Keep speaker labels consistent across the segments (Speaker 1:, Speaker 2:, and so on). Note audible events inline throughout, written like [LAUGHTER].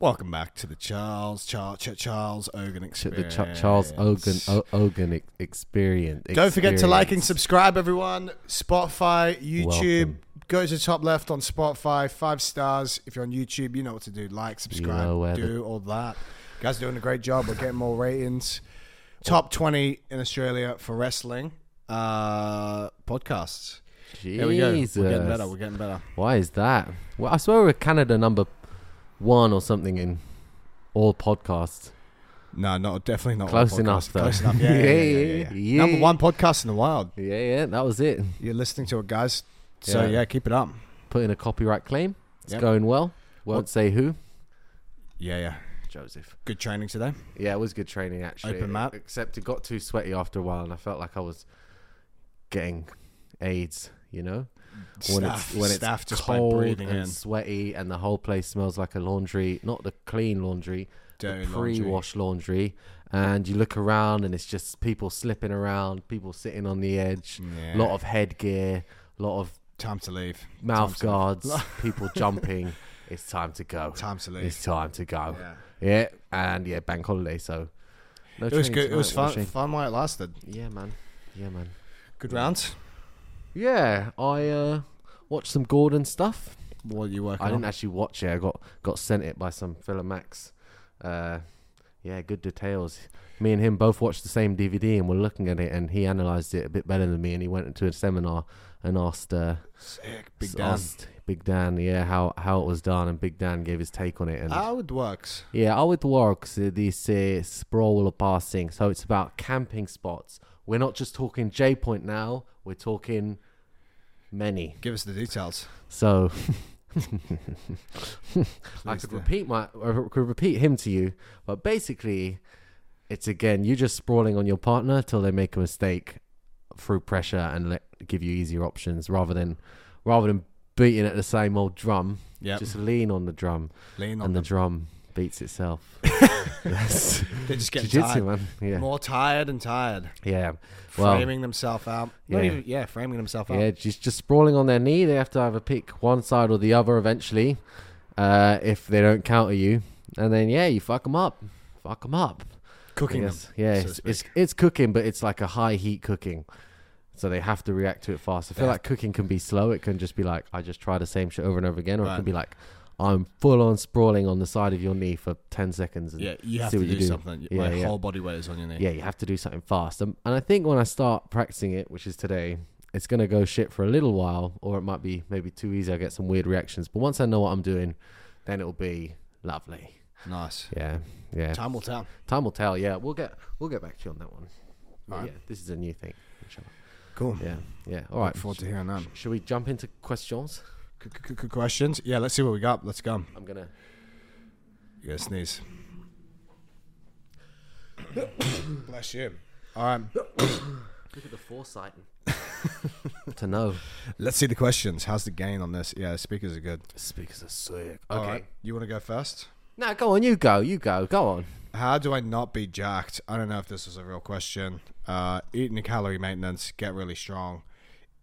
Speaker 1: Welcome back to the Charles Charles Charles Ogan
Speaker 2: Ch- the
Speaker 1: experience.
Speaker 2: Ch- Charles Ogan o- Ogan ex- experience.
Speaker 1: Don't forget to like and
Speaker 2: Experience.
Speaker 1: subscribe, everyone. Spotify, YouTube.
Speaker 2: Welcome.
Speaker 1: Go to the top left on Spotify. Five stars. If you're on YouTube, you know what to do. Like, subscribe,
Speaker 2: know where
Speaker 1: do all that. You guys are doing a great job. We're getting more ratings. Top 20 in Australia for wrestling uh, podcasts. There we go. We're getting better.
Speaker 2: Jesus.
Speaker 1: We're getting better.
Speaker 2: Why is that? Well, I swear we're Canada number one or something in all podcasts.
Speaker 1: No, not definitely not.
Speaker 2: Close
Speaker 1: all podcasts.
Speaker 2: enough, though.
Speaker 1: Close enough. Yeah, yeah, yeah, yeah, yeah, yeah.
Speaker 2: [LAUGHS] Yeah.
Speaker 1: Number one podcast in the wild.
Speaker 2: Yeah, yeah, that was it.
Speaker 1: You're listening to it, guys. So,
Speaker 2: Yeah.
Speaker 1: yeah, keep it up.
Speaker 2: Put in a copyright claim. It's
Speaker 1: Yep.
Speaker 2: going well. Won't
Speaker 1: What-
Speaker 2: say who.
Speaker 1: Yeah, yeah.
Speaker 2: Joseph.
Speaker 1: Good training today.
Speaker 2: Yeah, it was good training actually.
Speaker 1: Open map.
Speaker 2: Except it got too sweaty after a while, and I felt like I was getting AIDS. You know,
Speaker 1: Staff- staff just by breathing
Speaker 2: and
Speaker 1: in.
Speaker 2: sweaty, and the whole place smells like a laundry, not the clean laundry,
Speaker 1: Dirty
Speaker 2: the
Speaker 1: laundry.
Speaker 2: pre-wash laundry. And you look around, and it's just people slipping around, people sitting on the edge,
Speaker 1: Yeah.
Speaker 2: a lot of headgear, a lot of
Speaker 1: Time to leave.
Speaker 2: mouth
Speaker 1: Time
Speaker 2: guards,
Speaker 1: [LAUGHS]
Speaker 2: people jumping. It's time to go.
Speaker 1: To, time to leave.
Speaker 2: It's time to go.
Speaker 1: Yeah.
Speaker 2: Yeah, and yeah, bank holiday. So no
Speaker 1: It was
Speaker 2: training
Speaker 1: good. It was
Speaker 2: tonight,
Speaker 1: fun.
Speaker 2: no shame.
Speaker 1: Fun while it lasted.
Speaker 2: Yeah, man. Yeah, man.
Speaker 1: Good rounds.
Speaker 2: Yeah, I uh, watched some Gordon stuff.
Speaker 1: What you working
Speaker 2: I didn't
Speaker 1: on?
Speaker 2: actually watch it. I got got sent it by some fella Max. Uh, yeah, good details. Me and him both watched the same DVD and were looking at it, and he analysed it a bit better than me. And he went into a seminar and asked uh,
Speaker 1: Sick. Big
Speaker 2: s-
Speaker 1: Dan.
Speaker 2: asked Big Dan, yeah, how how it was done, and Big Dan gave his take on it. And
Speaker 1: How it works.
Speaker 2: Yeah, how it works uh, this uh, sprawl of passing. So it's about camping spots. We're not just talking J Point now. We're talking many.
Speaker 1: Give us the details.
Speaker 2: So [LAUGHS] I
Speaker 1: Please
Speaker 2: could
Speaker 1: do.
Speaker 2: repeat my I could repeat him to you, but basically, it's again you just sprawling on your partner till they make a mistake through pressure and let, give you easier options rather than rather than beating at the same old drum.
Speaker 1: Yep.
Speaker 2: Just lean on the drum,
Speaker 1: Lean on
Speaker 2: and the
Speaker 1: them.
Speaker 2: drum beats itself. That's
Speaker 1: They're just getting
Speaker 2: jiu-jitsu,
Speaker 1: tired.
Speaker 2: man. Yeah,
Speaker 1: More tired and tired.
Speaker 2: yeah. Well,
Speaker 1: framing themselves out. Not
Speaker 2: Yeah.
Speaker 1: even- yeah, framing themselves out.
Speaker 2: Yeah, just just sprawling on their knee. They have to either pick one side or the other eventually, uh, if they don't counter you. And then yeah, you fuck them up, fuck them up. I
Speaker 1: Cooking them.
Speaker 2: guess.
Speaker 1: so
Speaker 2: Yeah,
Speaker 1: to
Speaker 2: it's, it's
Speaker 1: speak.
Speaker 2: it's cooking, but it's like a high heat cooking, so they have to react to it fast. I feel
Speaker 1: have-
Speaker 2: like cooking can be slow. It can just be like I just try the same shit over and over again, or it
Speaker 1: Right.
Speaker 2: can be like I'm full on sprawling on the side of your knee for ten seconds. And
Speaker 1: Yeah, you have
Speaker 2: see
Speaker 1: to
Speaker 2: what
Speaker 1: do,
Speaker 2: you do.
Speaker 1: something.
Speaker 2: Yeah,
Speaker 1: My
Speaker 2: yeah.
Speaker 1: whole body weight is on your knee.
Speaker 2: yeah, you have to do something fast. Um, and I think when I start practicing it, which is today, it's going to go shit for a little while, or it might be maybe too easy. I get some weird reactions. But once I know what I'm doing, then it'll be lovely.
Speaker 1: Nice.
Speaker 2: Yeah, yeah.
Speaker 1: Time will tell.
Speaker 2: Time will tell. Yeah, we'll get we'll get back to you on that one. But
Speaker 1: Alright.
Speaker 2: Yeah, this is a new thing. inshallah.
Speaker 1: Cool.
Speaker 2: Yeah, yeah. All
Speaker 1: Look
Speaker 2: right.
Speaker 1: forward to hearing that.
Speaker 2: Should we jump into questions?
Speaker 1: Qu- qu- qu- Questions? Yeah, let's see what we got. Let's go.
Speaker 2: I'm gonna.
Speaker 1: You gotta sneeze. [COUGHS] Bless you. All right.
Speaker 2: Look at the foresight.
Speaker 1: [LAUGHS]
Speaker 2: to know.
Speaker 1: Let's see the questions. How's the gain on this? Yeah, speakers are good.
Speaker 2: Speakers are sick.
Speaker 1: All
Speaker 2: Okay.
Speaker 1: right. You want to go first?
Speaker 2: Now go on. You go. You go. Go on.
Speaker 1: How do I not be jacked? I don't know if this is a real question. Uh, eating a calorie maintenance, get really strong.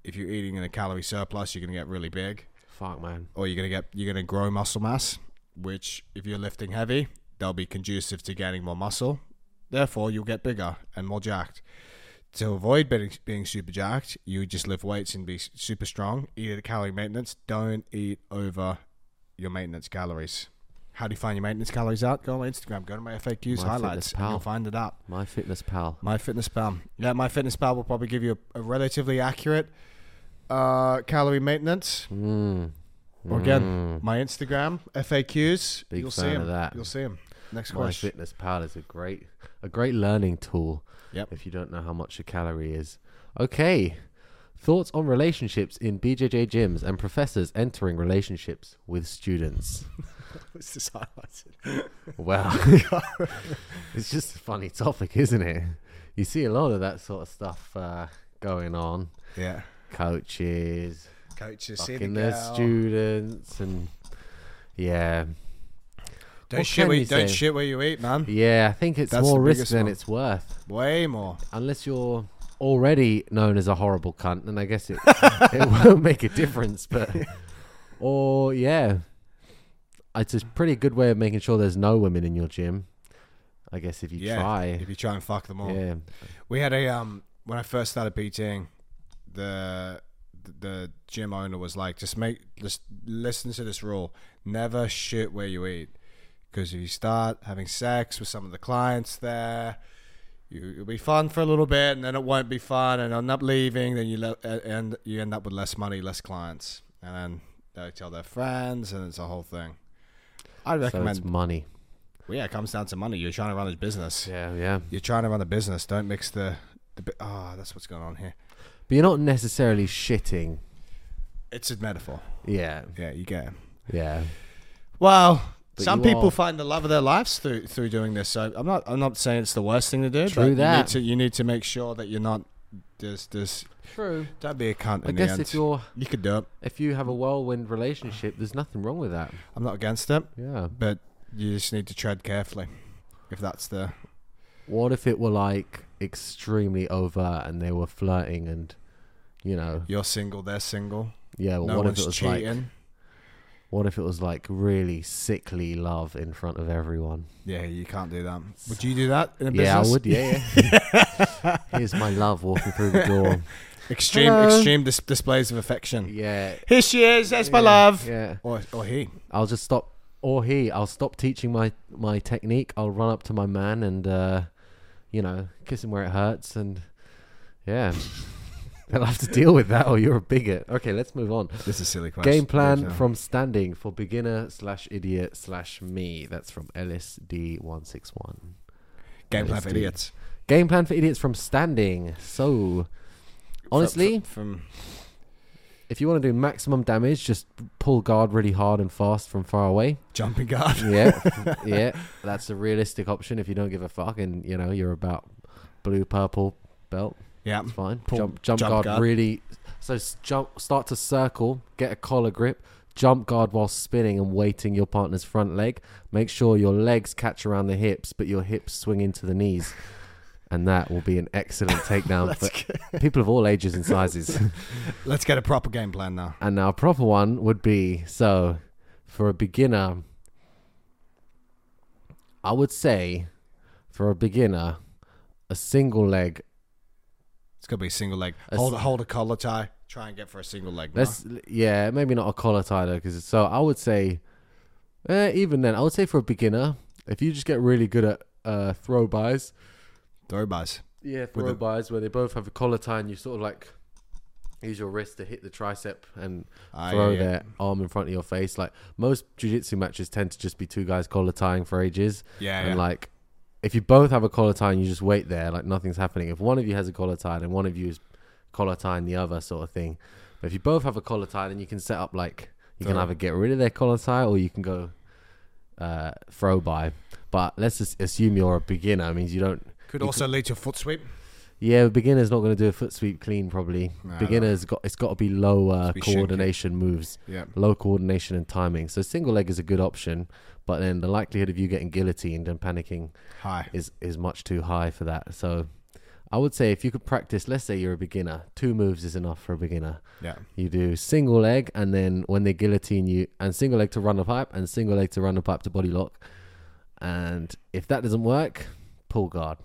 Speaker 1: If you're eating in a calorie surplus, you're gonna get really big,
Speaker 2: Fuck man.
Speaker 1: or you're gonna get you're gonna grow muscle mass. Which, if you're lifting heavy, they'll be conducive to gaining more muscle. Therefore, you'll get bigger and more jacked. To avoid being, being super jacked, you just lift weights and be s- super strong. Eat at calorie maintenance. Don't eat over your maintenance calories. How do you find your maintenance calories out? Go on my Instagram. Go to my FAQs highlights.
Speaker 2: My
Speaker 1: And
Speaker 2: Fitness
Speaker 1: you'll
Speaker 2: Pal.
Speaker 1: find it out.
Speaker 2: My fitness pal.
Speaker 1: My Fitness Pal. Yeah, My Fitness Pal will probably give you a, a relatively accurate uh, calorie maintenance.
Speaker 2: Mm.
Speaker 1: Or again, my Instagram FAQs.
Speaker 2: Big
Speaker 1: you'll see
Speaker 2: fan
Speaker 1: him.
Speaker 2: of that.
Speaker 1: You'll see him. Next
Speaker 2: My
Speaker 1: question.
Speaker 2: Fitness Pal is a great, a great learning tool.
Speaker 1: Yep.
Speaker 2: If you don't know how much a calorie is, okay. Thoughts on relationships in BJJ gyms and professors entering relationships
Speaker 1: [LAUGHS]
Speaker 2: with students.
Speaker 1: This is highlighted.
Speaker 2: Wow, [LAUGHS] it's just a funny topic, isn't it? You see a lot of that sort of stuff uh, going on.
Speaker 1: Yeah.
Speaker 2: Coaches,
Speaker 1: Coaches, see the
Speaker 2: fucking their
Speaker 1: girl.
Speaker 2: students, and yeah,
Speaker 1: Don't
Speaker 2: What
Speaker 1: shit
Speaker 2: can
Speaker 1: where
Speaker 2: you
Speaker 1: you, don't
Speaker 2: say?
Speaker 1: shit where you eat, man.
Speaker 2: yeah. I think it's
Speaker 1: That's the
Speaker 2: more risk
Speaker 1: biggest
Speaker 2: than
Speaker 1: one.
Speaker 2: it's worth.
Speaker 1: Way more.
Speaker 2: unless you're already known as a horrible cunt, then I guess it [LAUGHS]
Speaker 1: [LAUGHS]
Speaker 2: it won't make a difference. But or yeah, it's a pretty good way of making sure there's no women in your gym. I guess if you
Speaker 1: yeah,
Speaker 2: try.
Speaker 1: if you try and fuck them all.
Speaker 2: Yeah.
Speaker 1: We had a um when I first started PTing, the the gym owner was like, just make just listen to this rule: never shit where you eat, because if you start having sex with some of the clients there. You, it'll be fun for a little bit, and then it won't be fun, and end up leaving. Then you le- uh, end you end up with less money, less clients, and then they tell their friends, and it's a whole thing. I
Speaker 2: So
Speaker 1: recommend.
Speaker 2: it's money.
Speaker 1: well, yeah, it comes down to money. You're trying to run a business
Speaker 2: Yeah, yeah.
Speaker 1: you're trying to run a business. Don't mix the the. bi- Ah, that's what's going on here.
Speaker 2: But you're not necessarily shitting.
Speaker 1: It's a metaphor.
Speaker 2: Yeah.
Speaker 1: Yeah, you get it.
Speaker 2: Yeah.
Speaker 1: Well,
Speaker 2: But
Speaker 1: some
Speaker 2: you
Speaker 1: people
Speaker 2: are-
Speaker 1: find the love of their lives through through doing this. So I'm not I'm not saying it's the worst thing to do.
Speaker 2: True
Speaker 1: but You
Speaker 2: that.
Speaker 1: need to you need to make sure that you're not there's this.
Speaker 2: True.
Speaker 1: Don't be a cunt. In
Speaker 2: I guess
Speaker 1: the end.
Speaker 2: if you're
Speaker 1: you could do it.
Speaker 2: if you have a whirlwind relationship, there's nothing wrong with that.
Speaker 1: I'm not against it,
Speaker 2: Yeah.
Speaker 1: but you just need to tread carefully. If that's the
Speaker 2: What if it were like extremely overt and they were flirting and you know
Speaker 1: you're single, they're single.
Speaker 2: yeah, well,
Speaker 1: no
Speaker 2: what if
Speaker 1: one's
Speaker 2: it was
Speaker 1: cheating.
Speaker 2: like what if it was like really sickly love in front of everyone?
Speaker 1: yeah, you can't do that. Would you do that in a business?
Speaker 2: Yeah, I would, yeah, yeah. [LAUGHS] Here's my love walking through the
Speaker 1: [LAUGHS]
Speaker 2: door.
Speaker 1: Extreme
Speaker 2: Hello.
Speaker 1: extreme dis- displays of affection.
Speaker 2: Yeah.
Speaker 1: Here she is. That's my
Speaker 2: yeah,
Speaker 1: love.
Speaker 2: Yeah.
Speaker 1: Or, or he.
Speaker 2: I'll just stop or he, I'll stop teaching my my technique. I'll run up to my man and uh you know, kiss him where it hurts and yeah. [LAUGHS] They'll have to deal with that or you're a bigot. Okay, let's move on.
Speaker 1: This is a silly question.
Speaker 2: Game plan from standing for beginner slash idiot slash me. That's from LSD161.
Speaker 1: Game Plan for
Speaker 2: LSD.
Speaker 1: Idiots.
Speaker 2: Game plan for idiots from standing. So, honestly,
Speaker 1: Fr- fr- from,
Speaker 2: if you want to do maximum damage, just pull guard really hard and fast from far away.
Speaker 1: Jumping Guard. [LAUGHS]
Speaker 2: Yeah, yeah, that's a realistic option if you don't give a fuck and you know you're about blue purple belt.
Speaker 1: Yeah.
Speaker 2: It's fine.
Speaker 1: Um, Pull-
Speaker 2: jump, jump,
Speaker 1: jump
Speaker 2: guard,
Speaker 1: guard.
Speaker 2: really. So s- jump, start to circle, get a collar grip, jump guard while spinning and weighting your partner's front leg. Make sure your legs catch around the hips, but your hips swing into the knees, and that will be an
Speaker 1: [LAUGHS]
Speaker 2: excellent takedown
Speaker 1: Let's,
Speaker 2: for
Speaker 1: get,
Speaker 2: people of all ages and sizes. [LAUGHS]
Speaker 1: let's get a proper game plan now.
Speaker 2: And now, a proper one would be so for a beginner, I would say for a beginner, a single leg.
Speaker 1: It's going to be a single leg.
Speaker 2: A
Speaker 1: hold,
Speaker 2: s-
Speaker 1: hold a collar tie. Try and get for a single leg. no?
Speaker 2: Let's, yeah, maybe not a collar tie though, because so I would say, eh, even then, I would say for a beginner, if you just get really good at uh, throw buys,
Speaker 1: Throw bars.
Speaker 2: yeah,
Speaker 1: With
Speaker 2: throw
Speaker 1: a-
Speaker 2: buys where they both have a collar tie and you sort of like use your wrist to hit the tricep and
Speaker 1: Ah,
Speaker 2: throw
Speaker 1: yeah, yeah.
Speaker 2: their arm in front of your face. Like most jujitsu matches tend to just be two guys collar tying for ages.
Speaker 1: Yeah,
Speaker 2: and
Speaker 1: yeah.
Speaker 2: like if you both have a collar tie and you just wait there, like nothing's happening. If one of you has a collar tie and one of you is collar tying the other sort of thing. But if you both have a collar tie, then you can set up like you can
Speaker 1: Throw.
Speaker 2: either get rid of their collar tie or you can go uh, throw by. But let's just assume you're a beginner. It means you don't.
Speaker 1: Could
Speaker 2: you
Speaker 1: also lead to a foot sweep.
Speaker 2: Yeah, a beginner's not going to do a foot sweep clean probably.
Speaker 1: No, I
Speaker 2: Beginner's got it's got to be low uh,
Speaker 1: Must be shinky.
Speaker 2: coordination moves
Speaker 1: Yeah.
Speaker 2: low coordination and timing. So single leg is a good option, but then the likelihood of you getting guillotined and panicking
Speaker 1: Hi.
Speaker 2: is is much too high for that. So I would say if you could practice, let's say you're a beginner, two moves is enough for a beginner. [LAUGHS]
Speaker 1: Yeah.
Speaker 2: You do single leg and then when they guillotine you and single leg to run the pipe and single leg to run the pipe to body lock. And if that doesn't work, pull guard.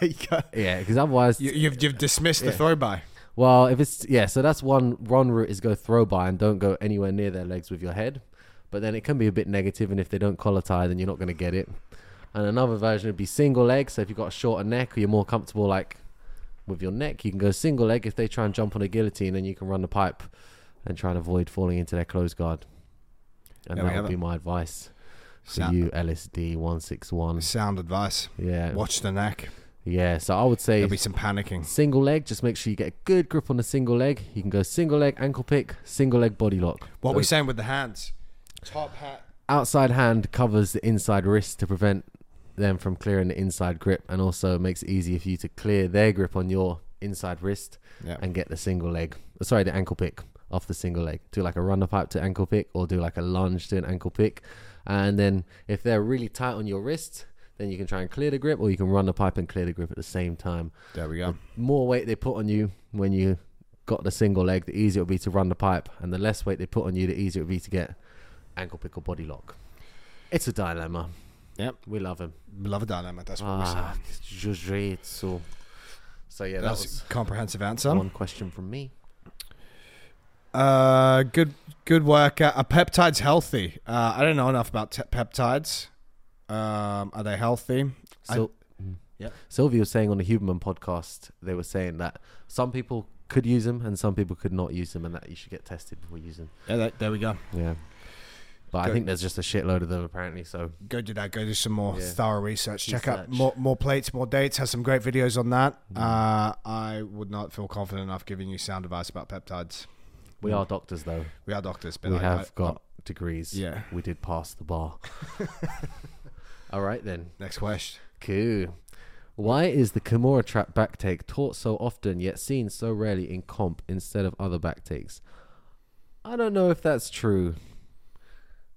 Speaker 1: there you go.
Speaker 2: Yeah, because otherwise
Speaker 1: You, you've, you've dismissed the throw by.
Speaker 2: Well, if it's yeah, so that's one one route is go throw by and don't go anywhere near their legs with your head. But then it can be a bit negative, and if they don't collar tie, then you're not going to get it. And another version would be single leg. So if you've got a shorter neck or you're more comfortable like with your neck, you can go single leg. If they try and jump on a guillotine, then you can run the pipe and try and avoid falling into their close guard. And
Speaker 1: There we
Speaker 2: that
Speaker 1: have
Speaker 2: would
Speaker 1: it.
Speaker 2: be my advice for
Speaker 1: Sound,
Speaker 2: you, LSD one six one.
Speaker 1: sound advice.
Speaker 2: Yeah,
Speaker 1: Watch the neck.
Speaker 2: yeah. So I would say
Speaker 1: There'll be some panicking.
Speaker 2: Single leg, just make sure you get a good grip on the single leg. You can go single leg, ankle pick, single leg body lock.
Speaker 1: What we're
Speaker 2: Those-
Speaker 1: saying with the hands. Top hat.
Speaker 2: Outside hand covers the inside wrist to prevent them from clearing the inside grip and also makes it easier for you to clear their grip on your inside wrist
Speaker 1: Yeah.
Speaker 2: and get the single leg. Sorry, the ankle pick off the single leg. Do like a runner pipe to ankle pick or do like a lunge to an ankle pick. And then if they're really tight on your wrist, then you can try and clear the grip or you can run the pipe and clear the grip at the same time
Speaker 1: There we go.
Speaker 2: more weight they put on you when you got the single leg, the easier it'll be to run the pipe, and the less weight they put on you, the easier it'll be to get ankle pick or body lock. It's a dilemma.
Speaker 1: Yep.
Speaker 2: We love him.
Speaker 1: Love a dilemma. That's what we
Speaker 2: Ah,
Speaker 1: said.
Speaker 2: Jujutsu. So yeah, that
Speaker 1: That's
Speaker 2: was
Speaker 1: a comprehensive answer.
Speaker 2: one question from me.
Speaker 1: Uh, good, good work. Uh, are peptides healthy? Uh, I don't know enough about te- peptides. Um, are they healthy? I-
Speaker 2: So,
Speaker 1: Yep.
Speaker 2: Sylvia was saying on the Huberman podcast, they were saying that some people could use them and some people could not use them, and that you should get tested before using.
Speaker 1: Yeah, that, there we go.
Speaker 2: Yeah. But
Speaker 1: Go-
Speaker 2: I think there's just a shitload of them apparently. So
Speaker 1: Go do that. Go do some more
Speaker 2: Yeah.
Speaker 1: thorough research. Check out
Speaker 2: Research.
Speaker 1: more more plates, more dates. Has some great videos on that.
Speaker 2: Mm.
Speaker 1: Uh, I would not feel confident enough giving you sound advice about peptides.
Speaker 2: we are doctors, though.
Speaker 1: We are doctors, but
Speaker 2: we
Speaker 1: I-
Speaker 2: have
Speaker 1: I-
Speaker 2: got degrees.
Speaker 1: yeah.
Speaker 2: We did pass
Speaker 1: [LAUGHS]
Speaker 2: the bar. [LAUGHS] All right then.
Speaker 1: Next question.
Speaker 2: Cool. Why is the Kimura trap backtake taught so often yet seen so rarely in comp instead of other backtakes? I don't know if that's true.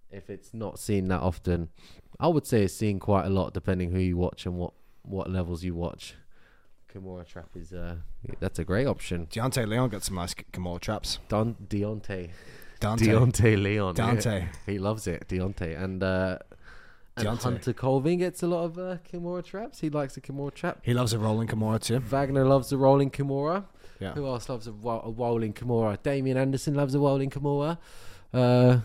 Speaker 2: If it's not seen that often, I would say it's seen quite a lot depending who you watch and what what levels you watch. Kimura trap is uh that's a great option.
Speaker 1: Deontay Leon got some nice Kimura traps.
Speaker 2: Don Deontay
Speaker 1: Dante.
Speaker 2: Deontay Leon.
Speaker 1: Dante.
Speaker 2: He loves it, Deontay. And uh and
Speaker 1: Deontay.
Speaker 2: Hunter Colvin gets a lot of uh, Kimura traps. He likes a Kimura trap.
Speaker 1: He loves a rolling Kimura too.
Speaker 2: Wagner loves a rolling Kimura.
Speaker 1: Yeah.
Speaker 2: Who else loves a, ro- a rolling Kimura? Damien Anderson loves a rolling Kimura. Uh,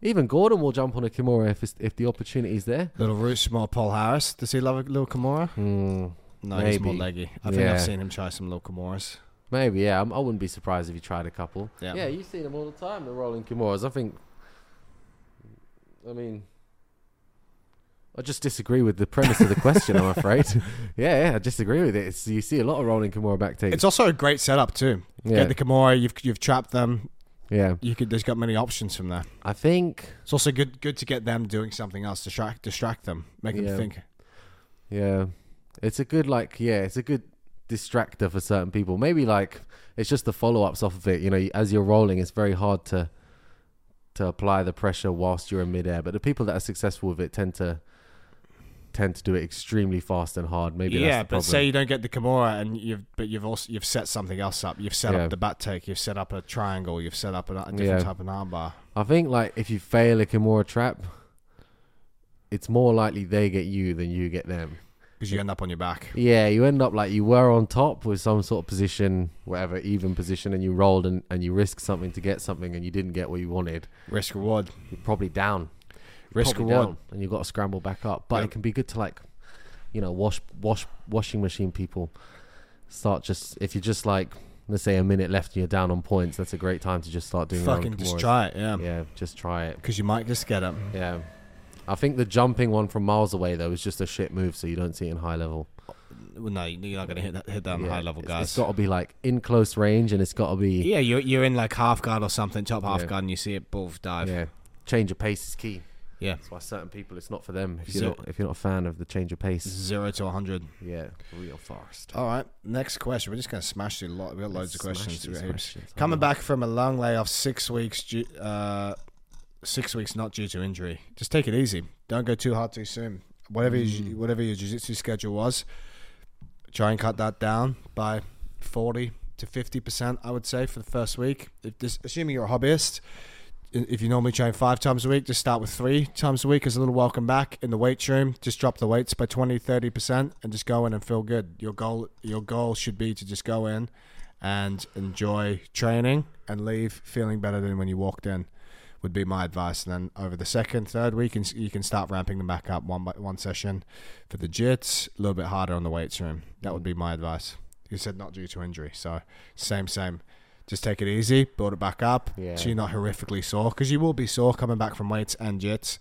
Speaker 2: even Gordon will jump on a Kimura if it's, if the opportunity is there.
Speaker 1: Little Roots, more Paul Harris. Does he love a little Kimura? Hmm. No, he's more
Speaker 2: Maybe.
Speaker 1: leggy. I think I've
Speaker 2: Yeah.
Speaker 1: seen him try some little Kimuras.
Speaker 2: Maybe, yeah. I'm, I wouldn't be surprised if you tried a couple.
Speaker 1: Yeah.
Speaker 2: yeah you see them all the time, the rolling Kimuras. I think. I mean. I just disagree with the premise of the question, I'm afraid. [LAUGHS] Yeah, yeah, I disagree with it. It's, you see a lot of rolling Kimura back takes.
Speaker 1: It's also a great setup too.
Speaker 2: yeah,
Speaker 1: Get the Kimura, you've you've trapped them.
Speaker 2: yeah.
Speaker 1: You could there's got many options from there.
Speaker 2: I think
Speaker 1: It's also good good to get them doing something else, distract distract them, make
Speaker 2: Yeah.
Speaker 1: them think.
Speaker 2: Yeah. It's a good like yeah, it's a good distractor for certain people. Maybe like it's just the follow-ups off of it, you know, as you're rolling it's very hard to to apply the pressure whilst you're in midair, but the people that are successful with it tend to tend to do it extremely fast and hard. Maybe
Speaker 1: yeah,
Speaker 2: that's the problem.
Speaker 1: but say you don't get the Kimura and you've but you've also you've set something else up. You've set
Speaker 2: Yeah.
Speaker 1: up the bat take, you've set up a triangle, you've set up a, a different
Speaker 2: Yeah.
Speaker 1: type of armbar.
Speaker 2: I think like if you fail a Kimura trap, it's more likely they get you than you get them.
Speaker 1: Because you end up on your back.
Speaker 2: Yeah, you end up like you were on top with some sort of position, whatever, even position, and you rolled and, and you risked something to get something and you didn't get what you wanted.
Speaker 1: Risk reward.
Speaker 2: You're probably down. You're
Speaker 1: Risk
Speaker 2: probably
Speaker 1: reward.
Speaker 2: down, and you've got to scramble back up. But
Speaker 1: Yeah.
Speaker 2: it can be good to like, you know, wash wash washing machine people. Start just if you're just like let's say a minute left and you're down on points, that's a great time to just start doing your own
Speaker 1: Fucking just
Speaker 2: Kimuras.
Speaker 1: try it, yeah.
Speaker 2: Yeah, just try it.
Speaker 1: Because you might just get it.
Speaker 2: Yeah. I think the jumping one from miles away though is just a shit move, so you don't see it in high level.
Speaker 1: Well, no, you're not gonna hit that hit that on
Speaker 2: Yeah,
Speaker 1: high level
Speaker 2: it's-
Speaker 1: guys.
Speaker 2: it's got to be like in close range, and it's got to be
Speaker 1: yeah, you're you're in like half guard or something, top half
Speaker 2: Yeah.
Speaker 1: guard, and you see it bull dive.
Speaker 2: yeah. Change of pace is key.
Speaker 1: Yeah.
Speaker 2: that's why certain people it's not for them. If
Speaker 1: So- Mm-hmm.
Speaker 2: you're not, if you're not a fan of the change of pace,
Speaker 1: Zero to hundred.
Speaker 2: yeah, real fast.
Speaker 1: All right, next question. We're just going to smash through a lot. We've got loads of
Speaker 2: Smash
Speaker 1: questions.
Speaker 2: these
Speaker 1: We're heaps.
Speaker 2: questions. I
Speaker 1: Coming
Speaker 2: know.
Speaker 1: back from a long layoff, six weeks, due, uh, six weeks not due to injury. Just take it easy. Don't go too hard too soon. Whatever
Speaker 2: Mm.
Speaker 1: your, whatever your jiu-jitsu schedule was, try and cut that down by forty to fifty percent. I would say for the first week. If this, assuming you're a hobbyist, i- if you normally train five times a week, just start with three times a week as a little welcome back in the weight room. Just drop the weights by 20, 30% and just go in and feel good. Your goal your goal should be to just go in and enjoy training and leave feeling better than when you walked in would be my advice. And then over the second, third week, you can, you can start ramping them back up one by one session for the jits, a little bit harder on the weights room. That would be my advice. You said not due to injury, so same, same. Just take it easy, build it back up,
Speaker 2: Yeah.
Speaker 1: so you're not horrifically sore because you will be sore coming back from weights and jits.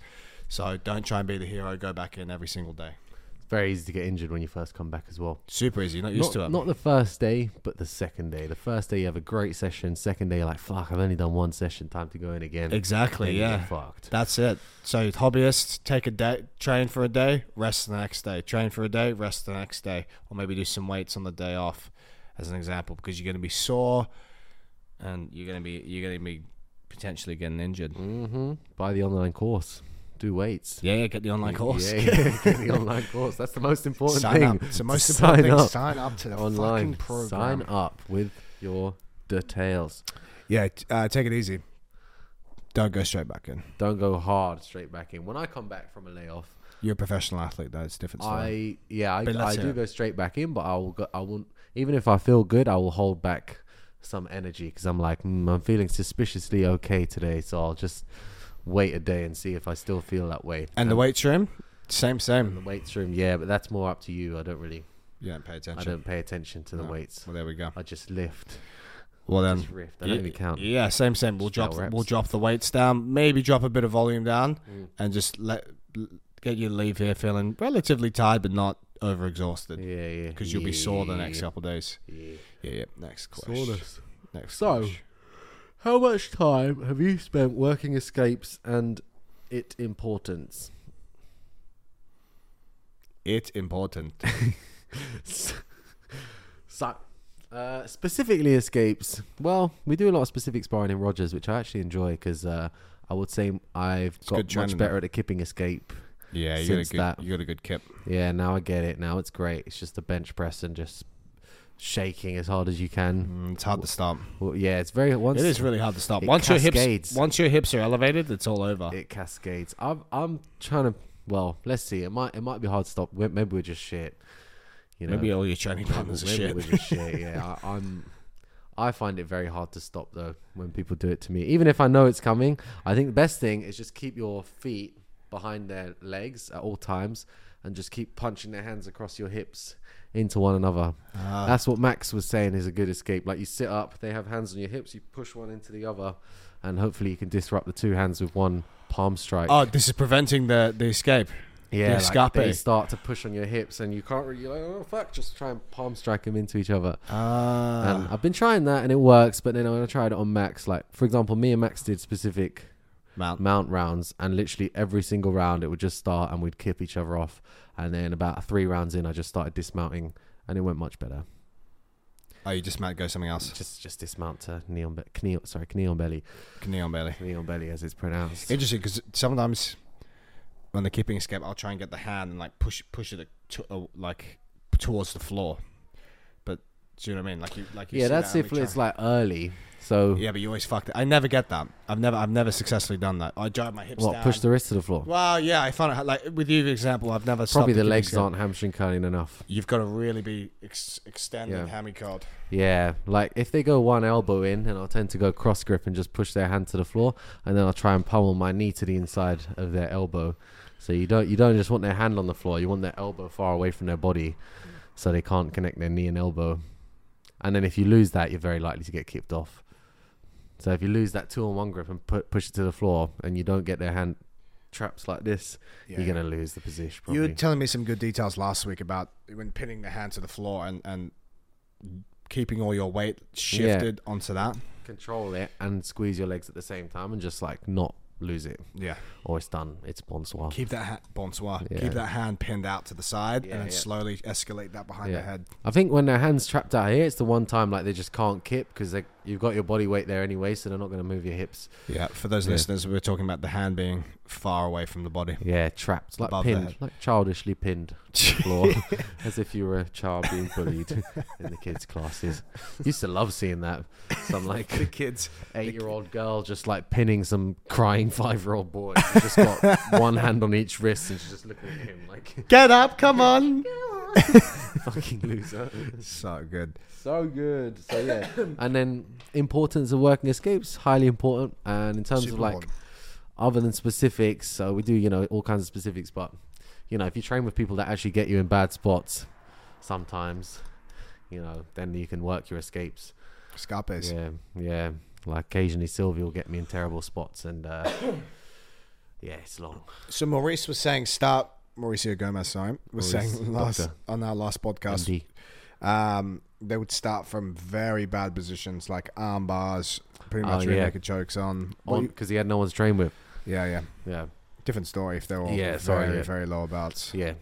Speaker 1: So don't try and be the hero. Go back in every single day.
Speaker 2: It's very easy to get injured when you first come back as well.
Speaker 1: Super easy. You're not used
Speaker 2: Not,
Speaker 1: to um, it.
Speaker 2: not the first day, but the second day. The first day you have a great session. Second day you're like, fuck, I've only done one session. Time to go in again. Then
Speaker 1: exactly.
Speaker 2: you
Speaker 1: Yeah.
Speaker 2: get fucked.
Speaker 1: That's it. So hobbyists take a day, train for a day, rest the next day, train for a day, rest the next day, or maybe do some weights on the day off, as an example, because you're going to be sore, and you're going to be you're going to be potentially getting injured.
Speaker 2: Mm-hmm. Buy the online course. Do weights.
Speaker 1: Yeah, yeah get the online course.
Speaker 2: Yeah, yeah, [LAUGHS] get the online course. That's the most
Speaker 1: [LAUGHS]
Speaker 2: important
Speaker 1: Sign
Speaker 2: thing.
Speaker 1: up. It's the most
Speaker 2: [LAUGHS] Sign
Speaker 1: important thing.
Speaker 2: up.
Speaker 1: Sign up to the fucking
Speaker 2: online.
Speaker 1: program.
Speaker 2: Sign up with your details.
Speaker 1: Yeah, t- uh, take it easy. Don't go straight back in.
Speaker 2: Don't go hard straight back in. When I come back from a layoff,
Speaker 1: You're a professional athlete, though. It's a different story.
Speaker 2: I yeah, I,
Speaker 1: But
Speaker 2: I
Speaker 1: let's hear
Speaker 2: do
Speaker 1: it.
Speaker 2: go straight back in, but I will go, I won't even if I feel good, I will hold back some energy because I'm like mm, I'm feeling suspiciously okay today, so I'll just wait a day and see if I still feel that way.
Speaker 1: and the weight room, same,
Speaker 2: the
Speaker 1: same.
Speaker 2: weights room, yeah, but that's more up to you. I don't really,
Speaker 1: You don't pay attention.
Speaker 2: I don't pay attention to the
Speaker 1: No.
Speaker 2: weights.
Speaker 1: Well, there we go.
Speaker 2: I just lift,
Speaker 1: Well then,
Speaker 2: just rift. I don't
Speaker 1: yeah,
Speaker 2: even count.
Speaker 1: Yeah, same, same. We'll
Speaker 2: Just bell
Speaker 1: drop,
Speaker 2: reps.
Speaker 1: we'll drop the weights down. Maybe drop a bit of volume down,
Speaker 2: Mm.
Speaker 1: and just let get you to leave here feeling relatively tired, but not overexhausted.
Speaker 2: Yeah, yeah.
Speaker 1: because you'll be sore the next couple of days.
Speaker 2: Yeah.
Speaker 1: Yeah, yeah. Next question. Next.
Speaker 2: So-
Speaker 1: question.
Speaker 2: How much time have you spent working escapes and its importance?
Speaker 1: it
Speaker 2: [LAUGHS]
Speaker 1: important.
Speaker 2: [LAUGHS] So, uh, specifically escapes. Well, we do a lot of specific sparring in Rogers, which I actually enjoy because uh, I would say I've
Speaker 1: good
Speaker 2: got much
Speaker 1: training,
Speaker 2: better at a kipping escape.
Speaker 1: Yeah, you got a
Speaker 2: Since
Speaker 1: good,
Speaker 2: that-
Speaker 1: you got a good kip.
Speaker 2: Yeah, now I get it. Now it's great. It's just a bench press and just shaking as hard as you can.
Speaker 1: Mm, it's hard to stop.
Speaker 2: Well, yeah, it's very once
Speaker 1: It is really hard to stop.
Speaker 2: it
Speaker 1: Once your hips,
Speaker 2: cascades.
Speaker 1: once your hips are elevated, it's all over.
Speaker 2: it cascades. I'm I'm trying to. Well, let's see. It might it might be hard to stop. We- Maybe we're just shit. You know,
Speaker 1: Maybe all your training partners are
Speaker 2: Maybe
Speaker 1: shit.
Speaker 2: we're just shit. Yeah, I, I'm. I find it very hard to stop though when people do it to me. Even if I know it's coming, I think the best thing is just keep your feet behind their legs at all times and just keep punching their hands across your hips into one another.
Speaker 1: Ah.
Speaker 2: That's what Max was saying is a good escape. Like you sit up, they have hands on your hips, you push one into the other, and hopefully you can disrupt the two hands with one palm strike.
Speaker 1: Oh, this is preventing the the escape.
Speaker 2: Yeah,
Speaker 1: The
Speaker 2: like they
Speaker 1: escape.
Speaker 2: start to push on your hips, and you can't really. You're like, oh fuck! Just try and palm strike them into each other.
Speaker 1: Ah,
Speaker 2: And I've been trying that, and it works. But then when I tried it on Max, like for example, me and Max did specific
Speaker 1: mount.
Speaker 2: mount rounds, and literally every single round it would just start, and we'd kip each other off. And then about three rounds in, I just started dismounting, and it went much better.
Speaker 1: Oh, you just might go something else.
Speaker 2: Just just dismount to knee on be- knee, sorry, knee on belly,
Speaker 1: Knee on belly.
Speaker 2: knee on belly as it's pronounced.
Speaker 1: Interesting, because sometimes when the keeping escape, I'll try and get the hand and like push push it to, uh, like towards the floor. But do you know what I mean? Like you, like you
Speaker 2: yeah,
Speaker 1: see
Speaker 2: that's
Speaker 1: that and
Speaker 2: if
Speaker 1: we try-
Speaker 2: it's like early. So
Speaker 1: Yeah, but you always fucked it. I never get that. I've never, I've never successfully done that. I drive my hips
Speaker 2: what?
Speaker 1: down.
Speaker 2: Push the wrist to the floor.
Speaker 1: Well, yeah, I found it like with you, for example, I've never stopped
Speaker 2: Probably
Speaker 1: the
Speaker 2: the
Speaker 1: kicking
Speaker 2: legs
Speaker 1: skill.
Speaker 2: aren't hamstring curling enough.
Speaker 1: You've got to really be ex- extended
Speaker 2: Yeah.
Speaker 1: hammy card.
Speaker 2: Yeah, like if they go one elbow in, and I'll tend to go cross grip and just push their hand to the floor, and then I'll try and pummel my knee to the inside of their elbow. So you don't you don't just want their hand on the floor; you want their elbow far away from their body, so they can't connect their knee and elbow. And then if you lose that, you're very likely to get kicked off. So if you lose that two on one grip and put, push it to the floor, and you don't get their hand traps like this, you're gonna lose the position. Probably.
Speaker 1: You were telling me some good details last week about when pinning the hand to the floor and and keeping all your weight shifted onto that.
Speaker 2: control it and squeeze your legs at the same time, and just like not lose it.
Speaker 1: Yeah,
Speaker 2: or Oh, it's done. It's bonsoir.
Speaker 1: keep that ha- bonsoir.
Speaker 2: Yeah.
Speaker 1: Keep that hand pinned out to the side,
Speaker 2: Yeah,
Speaker 1: and then
Speaker 2: yeah.
Speaker 1: slowly escalate that behind
Speaker 2: Yeah.
Speaker 1: the head.
Speaker 2: I think when their hands trapped out here, it's the one time like they just can't kip because you've got your body weight there anyway, so they're not going to move your hips.
Speaker 1: Yeah, for those
Speaker 2: Yeah.
Speaker 1: listeners, we were talking about the hand being far away from the [LAUGHS] body.
Speaker 2: Yeah, trapped, like
Speaker 1: Above the
Speaker 2: pinned,
Speaker 1: head.
Speaker 2: like childishly pinned to
Speaker 1: [LAUGHS]
Speaker 2: the floor, [LAUGHS] as if you were a child being bullied in the kids' classes. Used to love seeing that. Some like
Speaker 1: [LAUGHS] the kids.
Speaker 2: eight-year-old girl just like pinning some crying five-year-old boy.
Speaker 1: [LAUGHS]
Speaker 2: She's just got one hand on each wrist and she's just looking at him like [LAUGHS]
Speaker 1: Get up, come on.
Speaker 2: fucking loser.
Speaker 1: [LAUGHS] so good.
Speaker 2: So good.
Speaker 1: [COUGHS]
Speaker 2: So yeah. and then importance of working escapes highly important. And in terms
Speaker 1: Super
Speaker 2: of like
Speaker 1: important.
Speaker 2: other than specifics, so we do you know all kinds of specifics, but you know if you train with people that actually get you in bad spots, sometimes, you know, then you can work your escapes.
Speaker 1: Scarpace.
Speaker 2: Yeah, yeah. Like occasionally Sylvia will get me in terrible spots, and uh, [COUGHS] yeah, it's long.
Speaker 1: So Maurice was saying start Mauricio Gomez, sorry, was
Speaker 2: Maurice,
Speaker 1: saying last
Speaker 2: doctor.
Speaker 1: on our last podcast.
Speaker 2: MD.
Speaker 1: Um, they would start from very bad positions like arm bars, pretty
Speaker 2: Oh,
Speaker 1: much rear
Speaker 2: yeah.
Speaker 1: naked chokes on. Well, you-
Speaker 2: because he had no one to train with.
Speaker 1: yeah, yeah.
Speaker 2: Yeah.
Speaker 1: Different story if they were all
Speaker 2: Yeah,
Speaker 1: very,
Speaker 2: sorry, yeah.
Speaker 1: very low belts.
Speaker 2: Yeah.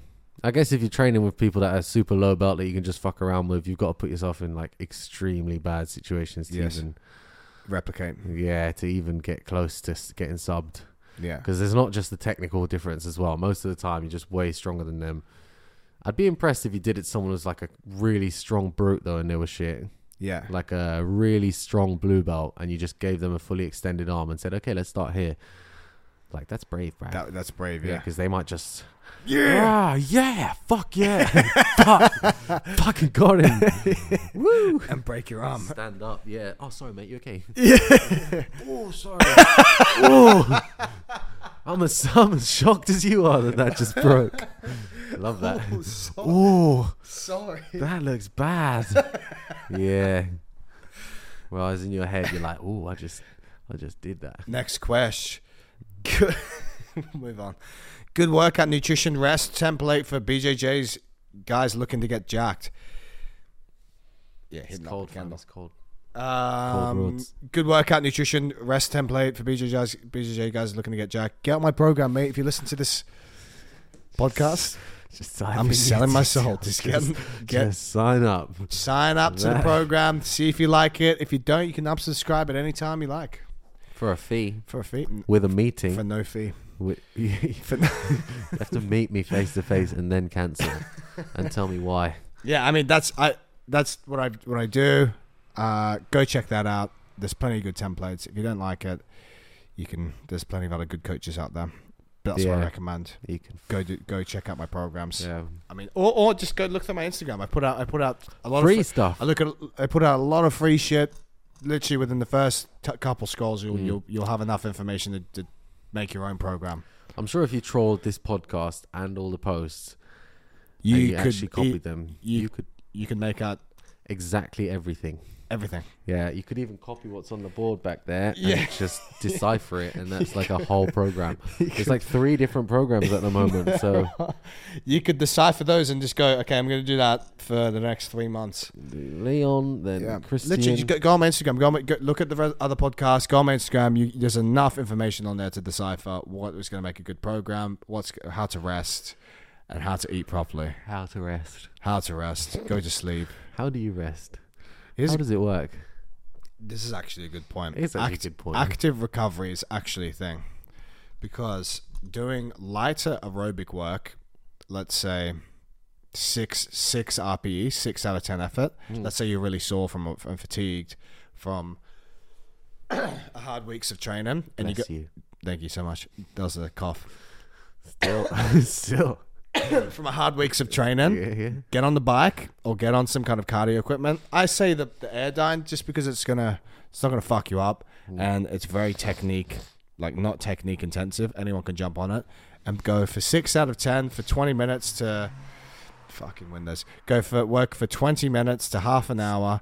Speaker 2: I guess if you're training with people that are super low belt that you can just fuck around with, you've got to put yourself in like extremely bad situations to
Speaker 1: Yes.
Speaker 2: even
Speaker 1: Replicate.
Speaker 2: yeah to even get close to s- getting subbed
Speaker 1: Yeah.
Speaker 2: because there's not just the technical difference as well. Most of the time, you're just way stronger than them. I'd be impressed if you did it. to Someone who was like a really strong brute though, and they were shit.
Speaker 1: Yeah.
Speaker 2: like a really strong blue belt, and you just gave them a fully extended arm and said, "Okay, let's start here." Like that's brave, Brad.
Speaker 1: That, that's brave,
Speaker 2: yeah,
Speaker 1: yeah.
Speaker 2: because they might just
Speaker 1: Yeah.
Speaker 2: ah yeah,
Speaker 1: [LAUGHS]
Speaker 2: fuck yeah, fuck, fucking got him. Woo.
Speaker 1: And break your arm.
Speaker 2: Stand up, yeah. Oh, sorry, mate. You okay?
Speaker 1: Yeah.
Speaker 2: Oh,
Speaker 1: [LAUGHS]
Speaker 2: sorry. [LAUGHS] oh, I'm as I'm as shocked as you are that that just broke. Love that.
Speaker 1: sorry.
Speaker 2: Oh,
Speaker 1: sorry.
Speaker 2: that looks bad. Yeah. Whereas in your head, you're like, oh, I just, I just did that.
Speaker 1: Next question. Good. [LAUGHS] Move on. Good work at nutrition rest template for BJJ's guys looking to get jacked. Yeah,
Speaker 2: It's
Speaker 1: hitting up the
Speaker 2: cold, fam.
Speaker 1: candle.
Speaker 2: It's cold.
Speaker 1: Um,
Speaker 2: roads.
Speaker 1: good workout nutrition rest template for BJJ guys, BJJ guys looking to get jacked. Get on my program, mate. If you listen to this
Speaker 2: [LAUGHS]
Speaker 1: podcast,
Speaker 2: Just
Speaker 1: I'm selling my
Speaker 2: [LAUGHS]
Speaker 1: soul. Just get, get
Speaker 2: Just sign up.
Speaker 1: sign up to the
Speaker 2: Right.
Speaker 1: program. See if you like it. If you don't, you can unsubscribe at any time you like
Speaker 2: For a fee.
Speaker 1: for a fee,
Speaker 2: With a meeting.
Speaker 1: for no fee.
Speaker 2: Wi- [LAUGHS] you have to meet me face to face and then cancel and tell me why.
Speaker 1: Yeah, I mean that's I that's what I what I do. Uh, go check that out. There's plenty of good templates. If you don't like it, you can. There's plenty of other good coaches out there. But that's what I
Speaker 2: Yeah.
Speaker 1: recommend.
Speaker 2: You can.
Speaker 1: Go do, go check out my programs.
Speaker 2: Yeah.
Speaker 1: I mean, or, or just go look through my Instagram. I put out I put out a lot
Speaker 2: Free
Speaker 1: of
Speaker 2: stuff.
Speaker 1: I look at I put out a lot of free shit. Literally within the first t- couple scrolls, you'll,
Speaker 2: Mm.
Speaker 1: you'll you'll have enough information to, to make your own program.
Speaker 2: I'm sure if you trolled this podcast and all the posts,
Speaker 1: You,
Speaker 2: and you
Speaker 1: could
Speaker 2: actually copied
Speaker 1: you,
Speaker 2: them.
Speaker 1: you-
Speaker 2: You, could
Speaker 1: you can make out
Speaker 2: exactly everything.
Speaker 1: everything.
Speaker 2: Yeah, you could even copy what's on the board back there
Speaker 1: Yeah.
Speaker 2: and
Speaker 1: [LAUGHS]
Speaker 2: just decipher it, and that's like a whole program. There's like three different programs at the
Speaker 1: [LAUGHS]
Speaker 2: moment, so
Speaker 1: you could decipher those and just go, okay, I'm going to do that for the next three months.
Speaker 2: Leon, then Christian.
Speaker 1: Literally, just go, go on my Instagram. Go, on my, go look at the res- other podcasts. Go on my Instagram. You, there's enough information on there to decipher what is going to make a good program, what's how to rest, and how to eat properly.
Speaker 2: How to rest?
Speaker 1: How to rest, go to sleep.
Speaker 2: How do you rest?
Speaker 1: Here's-
Speaker 2: How does it work?
Speaker 1: this is actually a good point.
Speaker 2: It's actually a good point.
Speaker 1: Active recovery is actually a thing because doing lighter aerobic work, let's say six six RPE, six out of ten effort.
Speaker 2: Mm.
Speaker 1: Let's say you're really sore from from fatigued from [COUGHS] a hard weeks of training, and you
Speaker 2: Bless
Speaker 1: go.
Speaker 2: you.
Speaker 1: Thank you so much. That was a cough. [COUGHS]
Speaker 2: Still, [LAUGHS] still.
Speaker 1: From a hard weeks of training,
Speaker 2: Yeah, yeah.
Speaker 1: get on the bike or get on some kind of cardio equipment. I say the the Airdyne just because it's gonna it's not gonna fuck you up
Speaker 2: Mm.
Speaker 1: and it's very technique like not technique intensive. Anyone can jump on it and go for six out of ten for twenty minutes to fucking win this. Go for work for twenty minutes to half an hour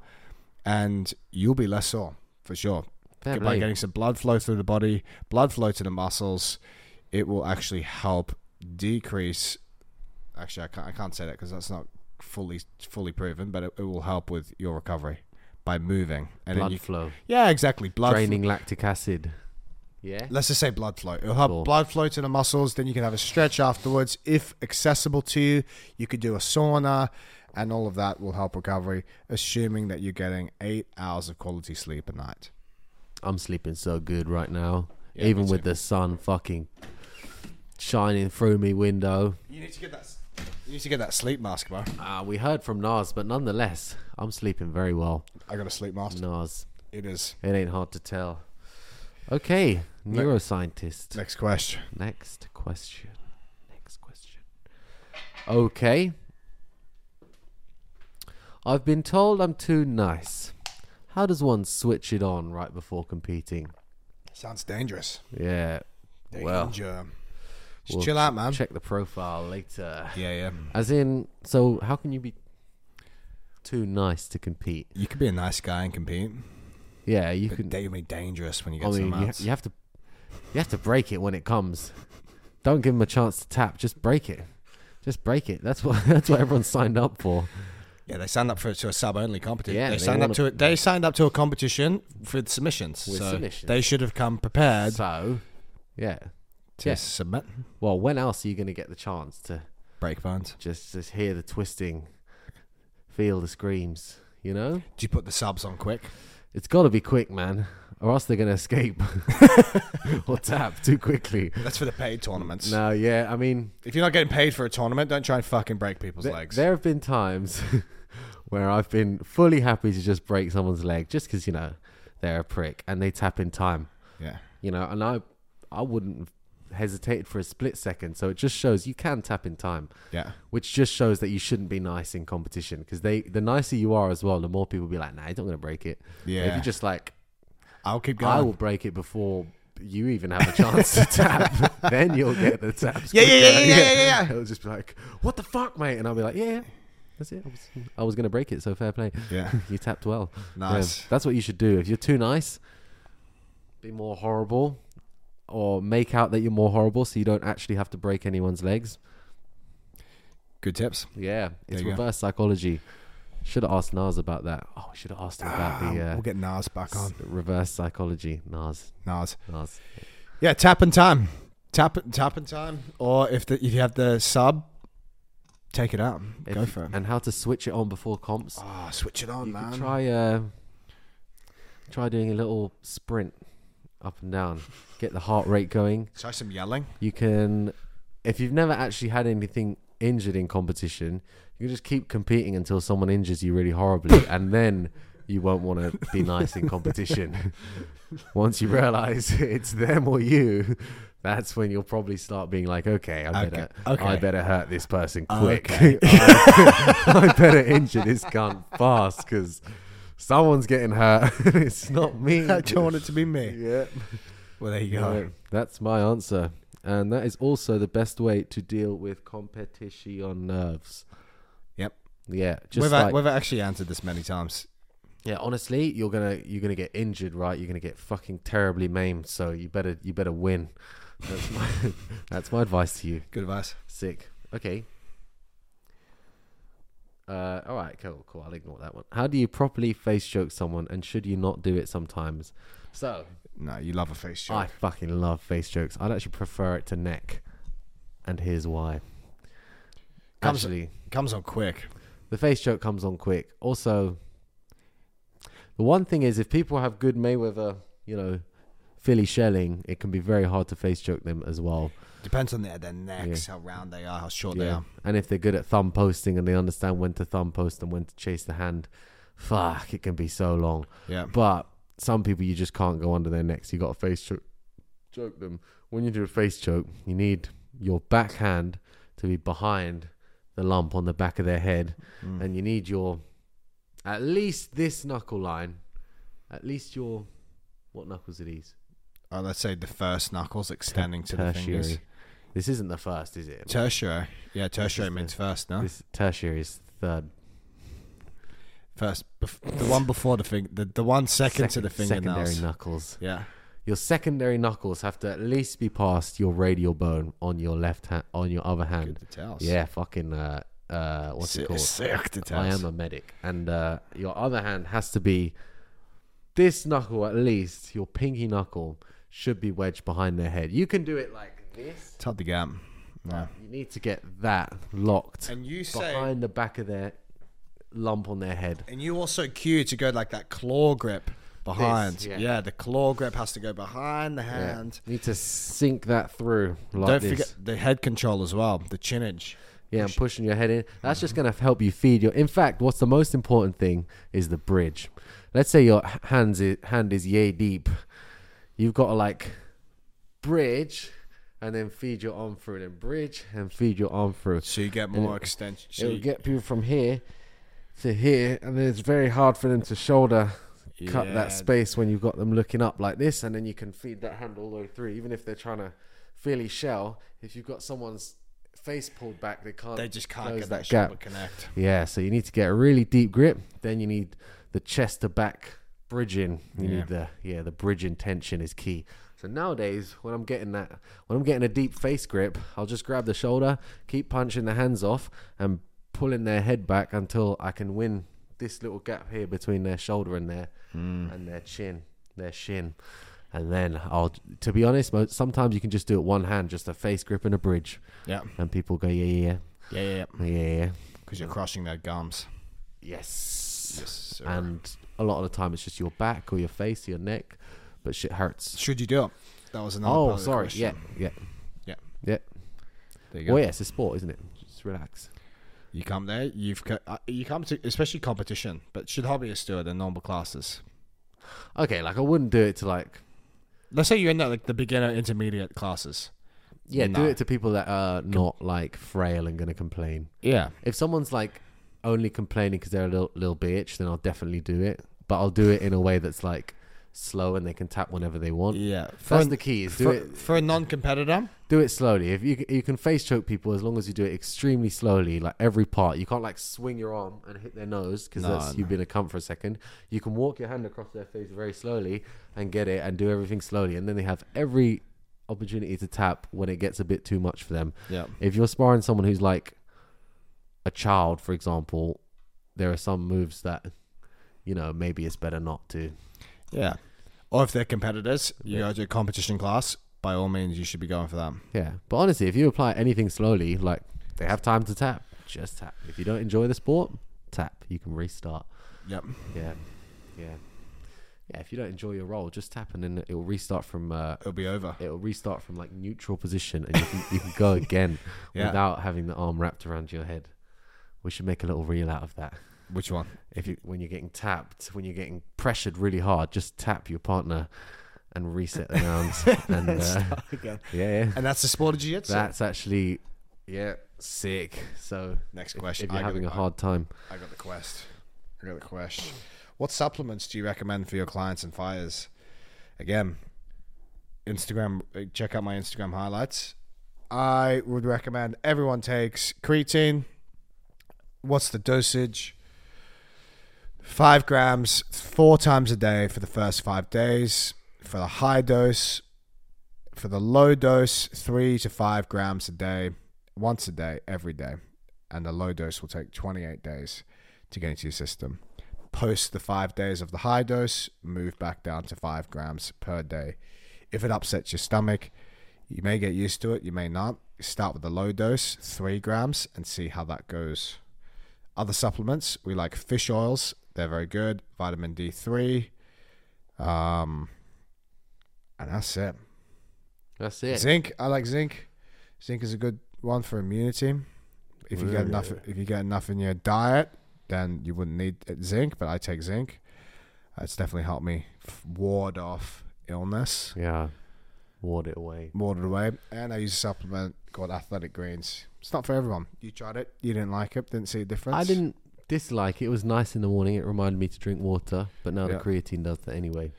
Speaker 1: and you'll be less sore for sure.
Speaker 2: Fair
Speaker 1: by
Speaker 2: play.
Speaker 1: getting some blood flow through the body, blood flow to the muscles, it will actually help decrease. Actually, I can't, I can't say that because that's not fully fully proven, but it, it will help with your recovery by moving. And then
Speaker 2: Blood
Speaker 1: you,
Speaker 2: flow,
Speaker 1: yeah, exactly. Blood fl-
Speaker 2: draining lactic acid. Yeah.
Speaker 1: Let's just say blood flow. It'll help
Speaker 2: Cool.
Speaker 1: blood flow to the muscles. Then you can have a stretch afterwards. If accessible to you, you could do a sauna, and all of that will help recovery, assuming that you're getting eight hours of quality sleep a night.
Speaker 2: I'm sleeping so good right now.
Speaker 1: Yeah,
Speaker 2: Even
Speaker 1: me
Speaker 2: with
Speaker 1: too.
Speaker 2: the sun fucking shining through me window.
Speaker 1: You need to get that. s- You need to get that sleep mask, bro.
Speaker 2: Uh, we heard from Nas, but nonetheless, I'm sleeping very well.
Speaker 1: I got a sleep mask.
Speaker 2: Nas,
Speaker 1: It is.
Speaker 2: it ain't hard to tell. Okay, neuroscientist.
Speaker 1: Next question.
Speaker 2: Next question. Next question. Okay. I've been told I'm too nice. How does one switch it on right before competing?
Speaker 1: Sounds dangerous.
Speaker 2: Yeah. Well,
Speaker 1: Danger. Just
Speaker 2: Well,
Speaker 1: chill out, man.
Speaker 2: check the profile later.
Speaker 1: Yeah, yeah.
Speaker 2: As in, so how can you be too nice to compete?
Speaker 1: You could be a nice guy and compete,
Speaker 2: Yeah, you
Speaker 1: but
Speaker 2: can.
Speaker 1: they be dangerous when you
Speaker 2: I
Speaker 1: get
Speaker 2: mean,
Speaker 1: some
Speaker 2: you,
Speaker 1: outs.
Speaker 2: you have to, you have to break it when it comes. Don't give them a chance to tap. Just break it. Just break it. That's what. [LAUGHS] That's what everyone signed up for.
Speaker 1: Yeah, they signed up for to a sub only competition.
Speaker 2: Yeah,
Speaker 1: they,
Speaker 2: they
Speaker 1: signed up
Speaker 2: wanna-
Speaker 1: to a, They signed up to a competition with submissions.
Speaker 2: With
Speaker 1: so
Speaker 2: submissions.
Speaker 1: they should have come prepared
Speaker 2: So, yeah.
Speaker 1: to
Speaker 2: yeah.
Speaker 1: submit.
Speaker 2: Well, when else are you going to get the chance to
Speaker 1: Break bones.
Speaker 2: just just hear the twisting, feel the screams? You know,
Speaker 1: Do you put the subs on quick?
Speaker 2: it's got to be quick, man, or else they're going to [LAUGHS] escape or tap too quickly.
Speaker 1: That's for the paid tournaments.
Speaker 2: No, yeah, I mean,
Speaker 1: If you're not getting paid for a tournament, don't try and fucking break people's
Speaker 2: Th-
Speaker 1: legs.
Speaker 2: There have been times [LAUGHS] where I've been fully happy to just break someone's leg just because you know they're a prick and they tap in time.
Speaker 1: Yeah.
Speaker 2: You know, and I I wouldn't have hesitated for a split second. So it just shows you can tap in time,
Speaker 1: Yeah.
Speaker 2: which just shows that you shouldn't be nice in competition because they the nicer you are as well, the more people be like, nah, he's not gonna break it. But If
Speaker 1: Yeah.
Speaker 2: you're just like,
Speaker 1: I'll keep
Speaker 2: I
Speaker 1: going.
Speaker 2: will break it before you even have a chance
Speaker 1: [LAUGHS]
Speaker 2: to tap. then you'll get the taps.
Speaker 1: Yeah, yeah, yeah,
Speaker 2: quicker.
Speaker 1: yeah, yeah, yeah, yeah.
Speaker 2: It'll just be like, what the fuck, mate? And I'll be like, yeah, yeah. That's it. I was, I was going to break it, so fair play.
Speaker 1: Yeah.
Speaker 2: [LAUGHS] you tapped well. Yeah,
Speaker 1: Nice.
Speaker 2: that's what you should do. If you're too nice, be more horrible or make out that you're more horrible so you don't actually have to break anyone's legs.
Speaker 1: Good tips.
Speaker 2: Yeah, it's
Speaker 1: you go.
Speaker 2: reverse psychology. Should have asked Nas about that. Oh, we should have asked him about
Speaker 1: Ah,
Speaker 2: the uh,
Speaker 1: we'll get Nas back on.
Speaker 2: s- reverse psychology. Nas,
Speaker 1: Nas.
Speaker 2: Nas.
Speaker 1: Yeah, tap and time. Tap tap and time. Or if the, if you have the sub, take it out.
Speaker 2: If-
Speaker 1: Go for it.
Speaker 2: And how to switch it on before comps.
Speaker 1: Ah, switch it on,
Speaker 2: you
Speaker 1: man.
Speaker 2: could try uh, try doing a little sprint up and down, get the heart rate going.
Speaker 1: Try some
Speaker 2: [LAUGHS]
Speaker 1: yelling. [LAUGHS]
Speaker 2: You can, if you've never actually had anything injured in competition, you can just keep competing until someone injures you
Speaker 1: [LAUGHS]
Speaker 2: really horribly, and then you won't want to be nice in competition. [LAUGHS] Once you realize [LAUGHS] it's them or you, that's when you'll probably start being like, okay, I better,
Speaker 1: Okay,
Speaker 2: I
Speaker 1: okay.
Speaker 2: better hurt this person quick.
Speaker 1: [LAUGHS] Okay.
Speaker 2: I, I better injure this cunt fast because someone's getting hurt. [LAUGHS] it's not me.
Speaker 1: I don't want it to be me.
Speaker 2: [LAUGHS] Yeah.
Speaker 1: Well, there you
Speaker 2: Yeah,
Speaker 1: go.
Speaker 2: That's my answer. And that is also the best way to deal with competition nerves.
Speaker 1: Yep.
Speaker 2: Yeah. Just
Speaker 1: We've,
Speaker 2: like,
Speaker 1: we've actually answered this many times.
Speaker 2: yeah, honestly, you're gonna you're gonna get injured, right? You're gonna get fucking terribly maimed, so you better you better win. That's my [LAUGHS] that's my advice to you.
Speaker 1: Good advice.
Speaker 2: Sick. Okay. Uh, all right, cool, cool. I'll ignore that one. How do you properly face joke someone, and should you not do it sometimes? So,
Speaker 1: No, you love a face joke.
Speaker 2: I fucking love face jokes. I'd actually prefer it to neck, and here's why.
Speaker 1: Comes-
Speaker 2: actually,
Speaker 1: Comes on quick.
Speaker 2: the face joke comes on quick. Also, the one thing is, if people have good Mayweather, you know, Philly shelling, it can be very hard to face joke them as well.
Speaker 1: Depends on their, their necks, how round they are, how short they are.
Speaker 2: And if they're good at thumb posting and they understand when to thumb post and when to chase the hand, fuck, it can be so long.
Speaker 1: Yeah.
Speaker 2: But some people you just can't go under their necks. You got to face choke, choke them. When you do a face choke, you need your backhand to be behind the lump on the back of their head,
Speaker 1: Mm.
Speaker 2: and you need your at least this knuckle line, at least your what knuckles are these?
Speaker 1: Or Uh, let's say the first knuckles extending to the fingers.
Speaker 2: This isn't the first, is it?
Speaker 1: Tertiary. Yeah, tertiary
Speaker 2: is
Speaker 1: means first, no?
Speaker 2: This tertiary is third.
Speaker 1: First. Bef- the one before the finger, the, the one second to the
Speaker 2: Second-
Speaker 1: fingernails.
Speaker 2: Secondary knuckles.
Speaker 1: Yeah.
Speaker 2: Your secondary knuckles have to at least be past your radial bone on your left hand, on your other hand.
Speaker 1: Good details.
Speaker 2: Yeah, fucking. Uh, uh, what's
Speaker 1: Sick-
Speaker 2: it called?
Speaker 1: Sick
Speaker 2: I
Speaker 1: details.
Speaker 2: am a medic, and uh, your other hand has to be this knuckle at least. Your pinky knuckle should be wedged behind their head. You can do it like this.
Speaker 1: It's hard to get. Yeah.
Speaker 2: You need to get that locked
Speaker 1: And you say,
Speaker 2: behind the back of their lump on their head.
Speaker 1: and you also cue to go like that claw grip behind.
Speaker 2: yeah.
Speaker 1: yeah. the claw grip has to go behind the hand.
Speaker 2: You need to sink that through. Like
Speaker 1: Don't
Speaker 2: this.
Speaker 1: forget the head control as well, the chinage.
Speaker 2: Yeah, and pushing your head in. That's just going to help you feed your. In fact, what's the most important thing is the bridge. Let's say your h- hands is, hand is yay deep. You've got to like bridge and then feed your arm through, then bridge and feed your arm through.
Speaker 1: So you get more extension. So
Speaker 2: It'll
Speaker 1: you,
Speaker 2: get people from here to here, and then it's very hard for them to shoulder cut
Speaker 1: Yeah.
Speaker 2: that space when you've got them looking up like this, and then you can feed that hand all the way through. Even if they're trying to fairly shell, if you've got someone's face pulled back, they can't.
Speaker 1: they just can't
Speaker 2: close
Speaker 1: get that,
Speaker 2: gap.
Speaker 1: shoulder connect.
Speaker 2: Yeah, so you need to get a really deep grip. Then you need the chest to back bridging. You
Speaker 1: Yeah.
Speaker 2: need the yeah, the bridging tension is key. So nowadays, when I'm getting that, when I'm getting a deep face grip, I'll just grab the shoulder, keep punching the hands off, and pulling their head back until I can win this little gap here between their shoulder and their and their chin, their shin. And then I'll, to be honest, mo- sometimes you can just do it one hand, just a face grip and a bridge,
Speaker 1: Yeah,
Speaker 2: and people go, yeah,
Speaker 1: yeah, yeah.
Speaker 2: yeah, yeah, yeah, yeah.
Speaker 1: Because you're crushing their gums.
Speaker 2: yes,
Speaker 1: Yes, sir.
Speaker 2: and a lot of the time it's just your back or your face or your neck, but shit hurts.
Speaker 1: Should you do it? That was another. part
Speaker 2: Oh,
Speaker 1: of the
Speaker 2: sorry.
Speaker 1: question.
Speaker 2: Yeah, yeah,
Speaker 1: Yeah.
Speaker 2: yeah. Oh,
Speaker 1: There you go.
Speaker 2: Well, yeah, it's a sport, isn't it? Just relax.
Speaker 1: You come there, you've co- uh, you come to especially competition, but should hobbyists do it in normal classes?
Speaker 2: Okay, like I wouldn't do it to like
Speaker 1: Let's say you're in that like the beginner intermediate classes.
Speaker 2: yeah, do
Speaker 1: Nah.
Speaker 2: it to people that are not like frail and gonna complain.
Speaker 1: Yeah,
Speaker 2: If someone's like only complaining because they're a little little bitch, then I'll definitely do it. But I'll do it in a way that's like slow and they can tap whenever they want.
Speaker 1: yeah. For
Speaker 2: That's
Speaker 1: an-
Speaker 2: the key. Is do
Speaker 1: for,
Speaker 2: it
Speaker 1: for a non-competitor,
Speaker 2: do it slowly. If you c- you can face choke people as long as you do it extremely slowly, like every part. You can't like swing your arm and hit their nose because
Speaker 1: No,
Speaker 2: that's
Speaker 1: no.
Speaker 2: you've been a cunt for a second. You can walk your hand across their face very slowly and get it and do everything slowly, and then they have every opportunity to tap when it gets a bit too much for them.
Speaker 1: yeah,
Speaker 2: If you're sparring someone who's like a child, for example, there are some moves that you know maybe it's better not to.
Speaker 1: yeah. Or if they're competitors, you go to a competition class. By all means, you should be going for that.
Speaker 2: Yeah, but honestly, if you apply anything slowly, like they have time to tap, just tap. If you don't enjoy the sport, tap. You can restart.
Speaker 1: Yep.
Speaker 2: Yeah, yeah, yeah. If you don't enjoy your role, just tap, and then it will restart from. Uh,
Speaker 1: It'll be over.
Speaker 2: it'll restart from like neutral position, and you can, you can [LAUGHS] go again
Speaker 1: Yeah.
Speaker 2: without having the arm wrapped around your head. We should make a little reel out of that.
Speaker 1: Which one?
Speaker 2: If you when you're getting tapped, when you're getting pressured really hard, just tap your partner and reset the rounds. [LAUGHS] and uh,
Speaker 1: Again.
Speaker 2: [LAUGHS] yeah, yeah.
Speaker 1: And that's the sport of jiu-jitsu.
Speaker 2: That's actually, yeah, sick. So
Speaker 1: Next
Speaker 2: if-
Speaker 1: question.
Speaker 2: If you're
Speaker 1: I got
Speaker 2: having
Speaker 1: the
Speaker 2: a
Speaker 1: que-
Speaker 2: hard time,
Speaker 1: I got the quest. I got the quest. What supplements do you recommend for your clients and fires? Again, Instagram. eh, Check out my Instagram highlights. I would recommend everyone takes creatine. What's the dosage? Five grams, four times a day for the first five days. For the high dose, for the low dose, three to five grams a day, once a day, every day. And the low dose will take 28 days to get into your system. Post the five days of the high dose, move back down to five grams per day. If it upsets your stomach, you may get used to it, you may not. Start with the low dose, three grams, and see how that goes. Other supplements, we like fish oils, they're very good. Vitamin D3. Um, and that's it.
Speaker 2: that's it.
Speaker 1: Zinc. I like zinc. Zinc is a good one for immunity. If you get
Speaker 2: Really?
Speaker 1: enough, if you get enough in your diet, then you wouldn't need uh, zinc. But I take zinc. Uh, It's definitely helped me f- ward off illness,
Speaker 2: Yeah, ward it away.
Speaker 1: ward it away. And I use a supplement called Athletic Greens. It's not for everyone. You tried it. You didn't like it. Didn't see a difference.
Speaker 2: I didn't dislike it. It was nice in the morning. It reminded me to drink water, but now
Speaker 1: Yeah.
Speaker 2: the creatine does that anyway.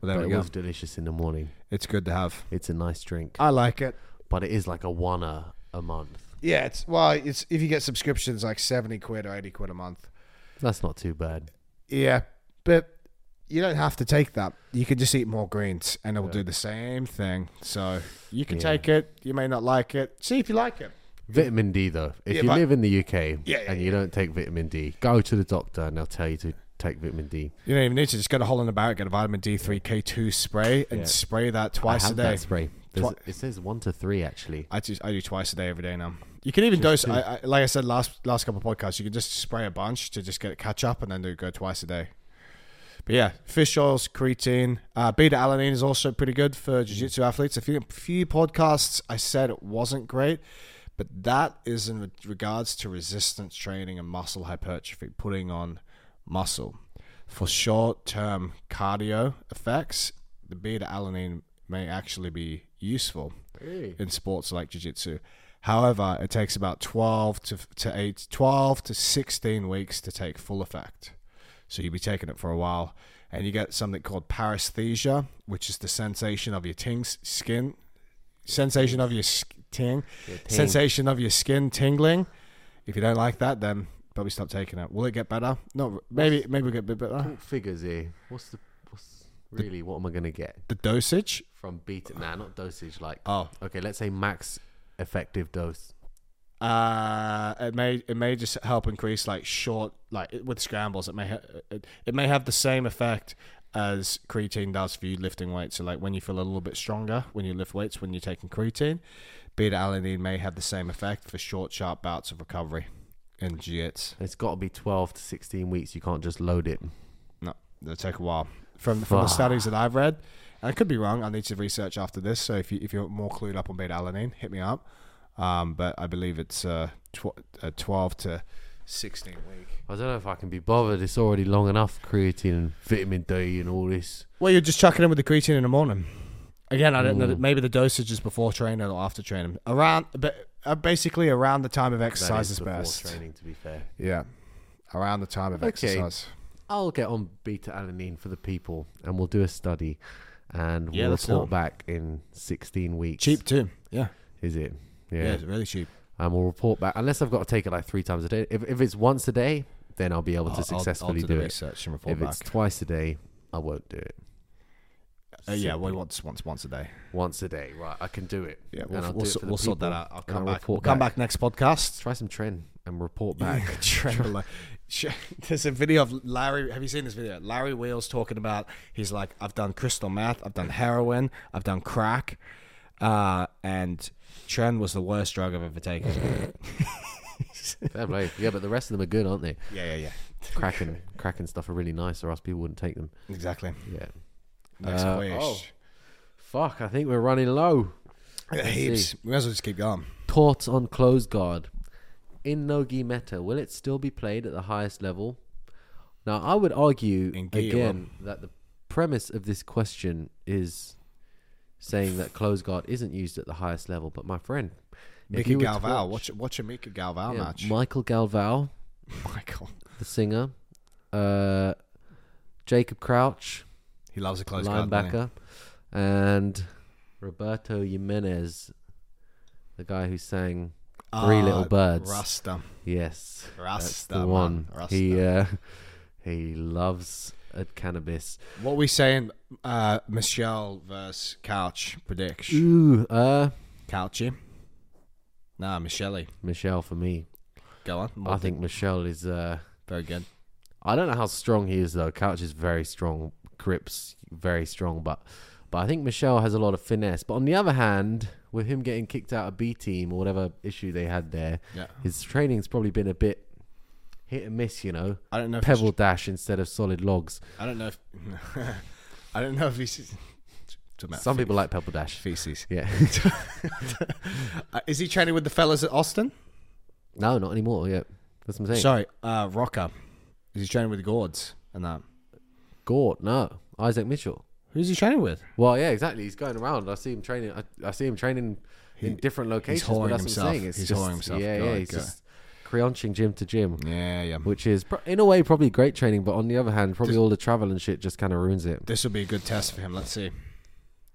Speaker 1: Well, there we
Speaker 2: but it
Speaker 1: go.
Speaker 2: was delicious in the morning.
Speaker 1: It's good to have.
Speaker 2: It's a nice drink,
Speaker 1: I like it.
Speaker 2: but it is like a one a a month.
Speaker 1: Yeah. It's well. It's if you get subscriptions like seventy quid or eighty quid a month.
Speaker 2: That's not too bad.
Speaker 1: Yeah, but you don't have to take that. You can just eat more greens, and it will
Speaker 2: Yeah.
Speaker 1: do the same thing. So you can
Speaker 2: Yeah.
Speaker 1: take it. You may not like it. See if you like it.
Speaker 2: Vitamin D though. If
Speaker 1: Yeah,
Speaker 2: you
Speaker 1: but-
Speaker 2: live in the UK
Speaker 1: Yeah, yeah,
Speaker 2: and you don't take vitamin D, go to the doctor and they'll tell you to take vitamin D.
Speaker 1: You don't even need to just get a hole in the barrel, get a vitamin D three K two spray, and
Speaker 2: Yeah.
Speaker 1: spray that
Speaker 2: I
Speaker 1: twice a
Speaker 2: have
Speaker 1: day.
Speaker 2: that spray. There's- it says one to three actually.
Speaker 1: I do, I do twice a day every day now. You can even dose. I, I, like I said last last couple of podcasts, you can just spray a bunch to just get it catch up, and then do go twice a day. But yeah, fish oils, creatine, uh, beta alanine is also pretty good for jiu-jitsu athletes. A few few podcasts I said it wasn't great, but that is in re- regards to resistance training and muscle hypertrophy, putting on muscle for short-term cardio effects. The beta alanine may actually be useful in sports like jiu-jitsu however it takes about 12 to, to 8 12 to 16 weeks to take full effect so you'll be taking it for a while and you get something called paresthesia which is the sensation of your ting skin sensation of your sk- ting,
Speaker 2: ting.
Speaker 1: sensation of your skin tingling if you don't like that then probably stop taking it will it get better no maybe maybe it'll get a bit better
Speaker 2: Talk figures here. What's the what's really what am I gonna get
Speaker 1: the dosage
Speaker 2: from beta? Nah, not dosage. Like
Speaker 1: oh
Speaker 2: okay, let's say max effective dose.
Speaker 1: Uh, it may it may just help increase like short like it- with scrambles. It may ha- it, it may have the same effect as creatine does for you lifting weights. So like when you feel a little bit stronger when you lift weights when you're taking creatine, beta alanine may have the same effect for short sharp bouts of recovery in jiu-jitsu.
Speaker 2: It's got to be twelve to sixteen weeks. You can't just load it.
Speaker 1: No, they take a while. From from the
Speaker 2: Fuck.
Speaker 1: studies that I've read, and I could be wrong. I need to research after this. So if you if you're more clued up on beta alanine, hit me up. Um, but I believe it's uh, tw- uh, 12 to 16 week.
Speaker 2: I don't know if I can be bothered. It's already long enough. Creatine and vitamin D and all this.
Speaker 1: Well, you're just chucking in with the creatine in the morning. Again, I don't know.
Speaker 2: Mm.
Speaker 1: Maybe the dosage is before training or after training. Around, but uh, basically around the time of
Speaker 2: That
Speaker 1: exercise is,
Speaker 2: before
Speaker 1: best.
Speaker 2: Training, to be fair.
Speaker 1: Yeah, around the time of
Speaker 2: Okay.
Speaker 1: exercise.
Speaker 2: I'll get on beta alanine for the people, and we'll do a study, and
Speaker 1: Yeah,
Speaker 2: we'll
Speaker 1: let's
Speaker 2: report
Speaker 1: do
Speaker 2: back in 16 weeks.
Speaker 1: Cheap too. Yeah.
Speaker 2: is it?
Speaker 1: yeah,
Speaker 2: Yeah.
Speaker 1: it's really cheap.
Speaker 2: And we'll report back unless I've got to take it like three times a day. If, if it's once a day, then I'll be able
Speaker 1: I'll-
Speaker 2: to
Speaker 1: I'll- I'll,
Speaker 2: successfully
Speaker 1: do
Speaker 2: do,
Speaker 1: the
Speaker 2: it.
Speaker 1: research and report
Speaker 2: If it's
Speaker 1: back.
Speaker 2: twice a day, I won't do it.
Speaker 1: Uh, yeah, well,
Speaker 2: Simple.
Speaker 1: once once once a day.
Speaker 2: once a day, right? I can do it.
Speaker 1: Yeah,
Speaker 2: And
Speaker 1: we'll
Speaker 2: I'll
Speaker 1: we'll,
Speaker 2: do it
Speaker 1: so-
Speaker 2: for the
Speaker 1: we'll sort that
Speaker 2: people,
Speaker 1: out. I'll
Speaker 2: and
Speaker 1: come
Speaker 2: I'll
Speaker 1: back.
Speaker 2: report
Speaker 1: We'll come
Speaker 2: back.
Speaker 1: back next
Speaker 2: [LAUGHS]
Speaker 1: podcast.
Speaker 2: Try some tren
Speaker 1: [LAUGHS]
Speaker 2: and report back.
Speaker 1: Trembler. [LAUGHS] Sh- There's a video of Larry. Have you seen this video? Larry Wheels talking about he's like, I've done crystal meth, I've done heroin, I've done crack, uh, and Tren was the worst drug I've ever taken.
Speaker 2: [LAUGHS] Fair play. Yeah, but the rest of them are good, aren't they?
Speaker 1: yeah, yeah, yeah.
Speaker 2: Crack and crack and stuff are really nice, or else people wouldn't take them.
Speaker 1: Exactly.
Speaker 2: Yeah.
Speaker 1: Next
Speaker 2: Uh,
Speaker 1: question.
Speaker 2: oh. Fuck, I think we're running low.
Speaker 1: Yeah, heaps. We might as well just keep going.
Speaker 2: Thoughts on close guard in nogi meta? Will it still be played at the highest level? Now, I would argue
Speaker 1: In Gi,
Speaker 2: again that the premise of this question is saying that close guard isn't used at the highest level. But my friend, if
Speaker 1: Mika
Speaker 2: you were to
Speaker 1: Galval. Watch,
Speaker 2: watch-
Speaker 1: watch a Mika Galval
Speaker 2: Yeah,
Speaker 1: [LAUGHS] match. Oh
Speaker 2: Michael Galval,
Speaker 1: Michael.
Speaker 2: the singer, uh, Jacob Crouch,
Speaker 1: He loves a close guard. doesn't he?
Speaker 2: linebacker, and Roberto Jimenez, the guy who sang Three
Speaker 1: Ah,
Speaker 2: Little Birds.
Speaker 1: Rasta.
Speaker 2: Yes, that's
Speaker 1: Rasta.
Speaker 2: the
Speaker 1: man.
Speaker 2: one.
Speaker 1: Rasta.
Speaker 2: He uh, [LAUGHS] he loves uh, cannabis.
Speaker 1: What we saying? Uh, Michelle versus Couch prediction.
Speaker 2: Ooh, uh,
Speaker 1: Couchy. Nah, Michelle.
Speaker 2: Michelle for me.
Speaker 1: Go on.
Speaker 2: I think Michelle is. Uh,
Speaker 1: very good.
Speaker 2: I don't know how strong he is though. Couch is very strong, grips very strong, but but I think Michelle has a lot of finesse. But on the other hand, with him getting kicked out of B team or whatever issue they had there,
Speaker 1: Yeah.
Speaker 2: his training's probably been a bit hit and miss. You know,
Speaker 1: I don't know. If he's-
Speaker 2: pebble dash instead of solid logs.
Speaker 1: I don't know. If, [LAUGHS] I don't know if he's. it's about
Speaker 2: Some
Speaker 1: fe-
Speaker 2: people like pebble dash.
Speaker 1: feces.
Speaker 2: Yeah, [LAUGHS]
Speaker 1: Uh, is he training with the fellas at Austin?
Speaker 2: no, not anymore. Yeah, that's what I'm saying.
Speaker 1: Sorry, uh, Rocker. Is he training with the Gourds and that?
Speaker 2: Gort, no, Isaac Mitchell.
Speaker 1: Who's he training with?
Speaker 2: Well, yeah, exactly. He's going around. I see him training. I, I see him training in different locations. but
Speaker 1: whoring
Speaker 2: that's
Speaker 1: himself.
Speaker 2: What I'm saying. It's
Speaker 1: He's
Speaker 2: just,
Speaker 1: whoring himself.
Speaker 2: Yeah,
Speaker 1: Go
Speaker 2: yeah.
Speaker 1: on,
Speaker 2: He's
Speaker 1: go.
Speaker 2: just creonching gym to gym,
Speaker 1: Yeah, yeah.
Speaker 2: which is pro- in a way probably great training, but on the other hand, probably all the travel and shit just kind of ruins it.
Speaker 1: This will be a good test for him. Let's see.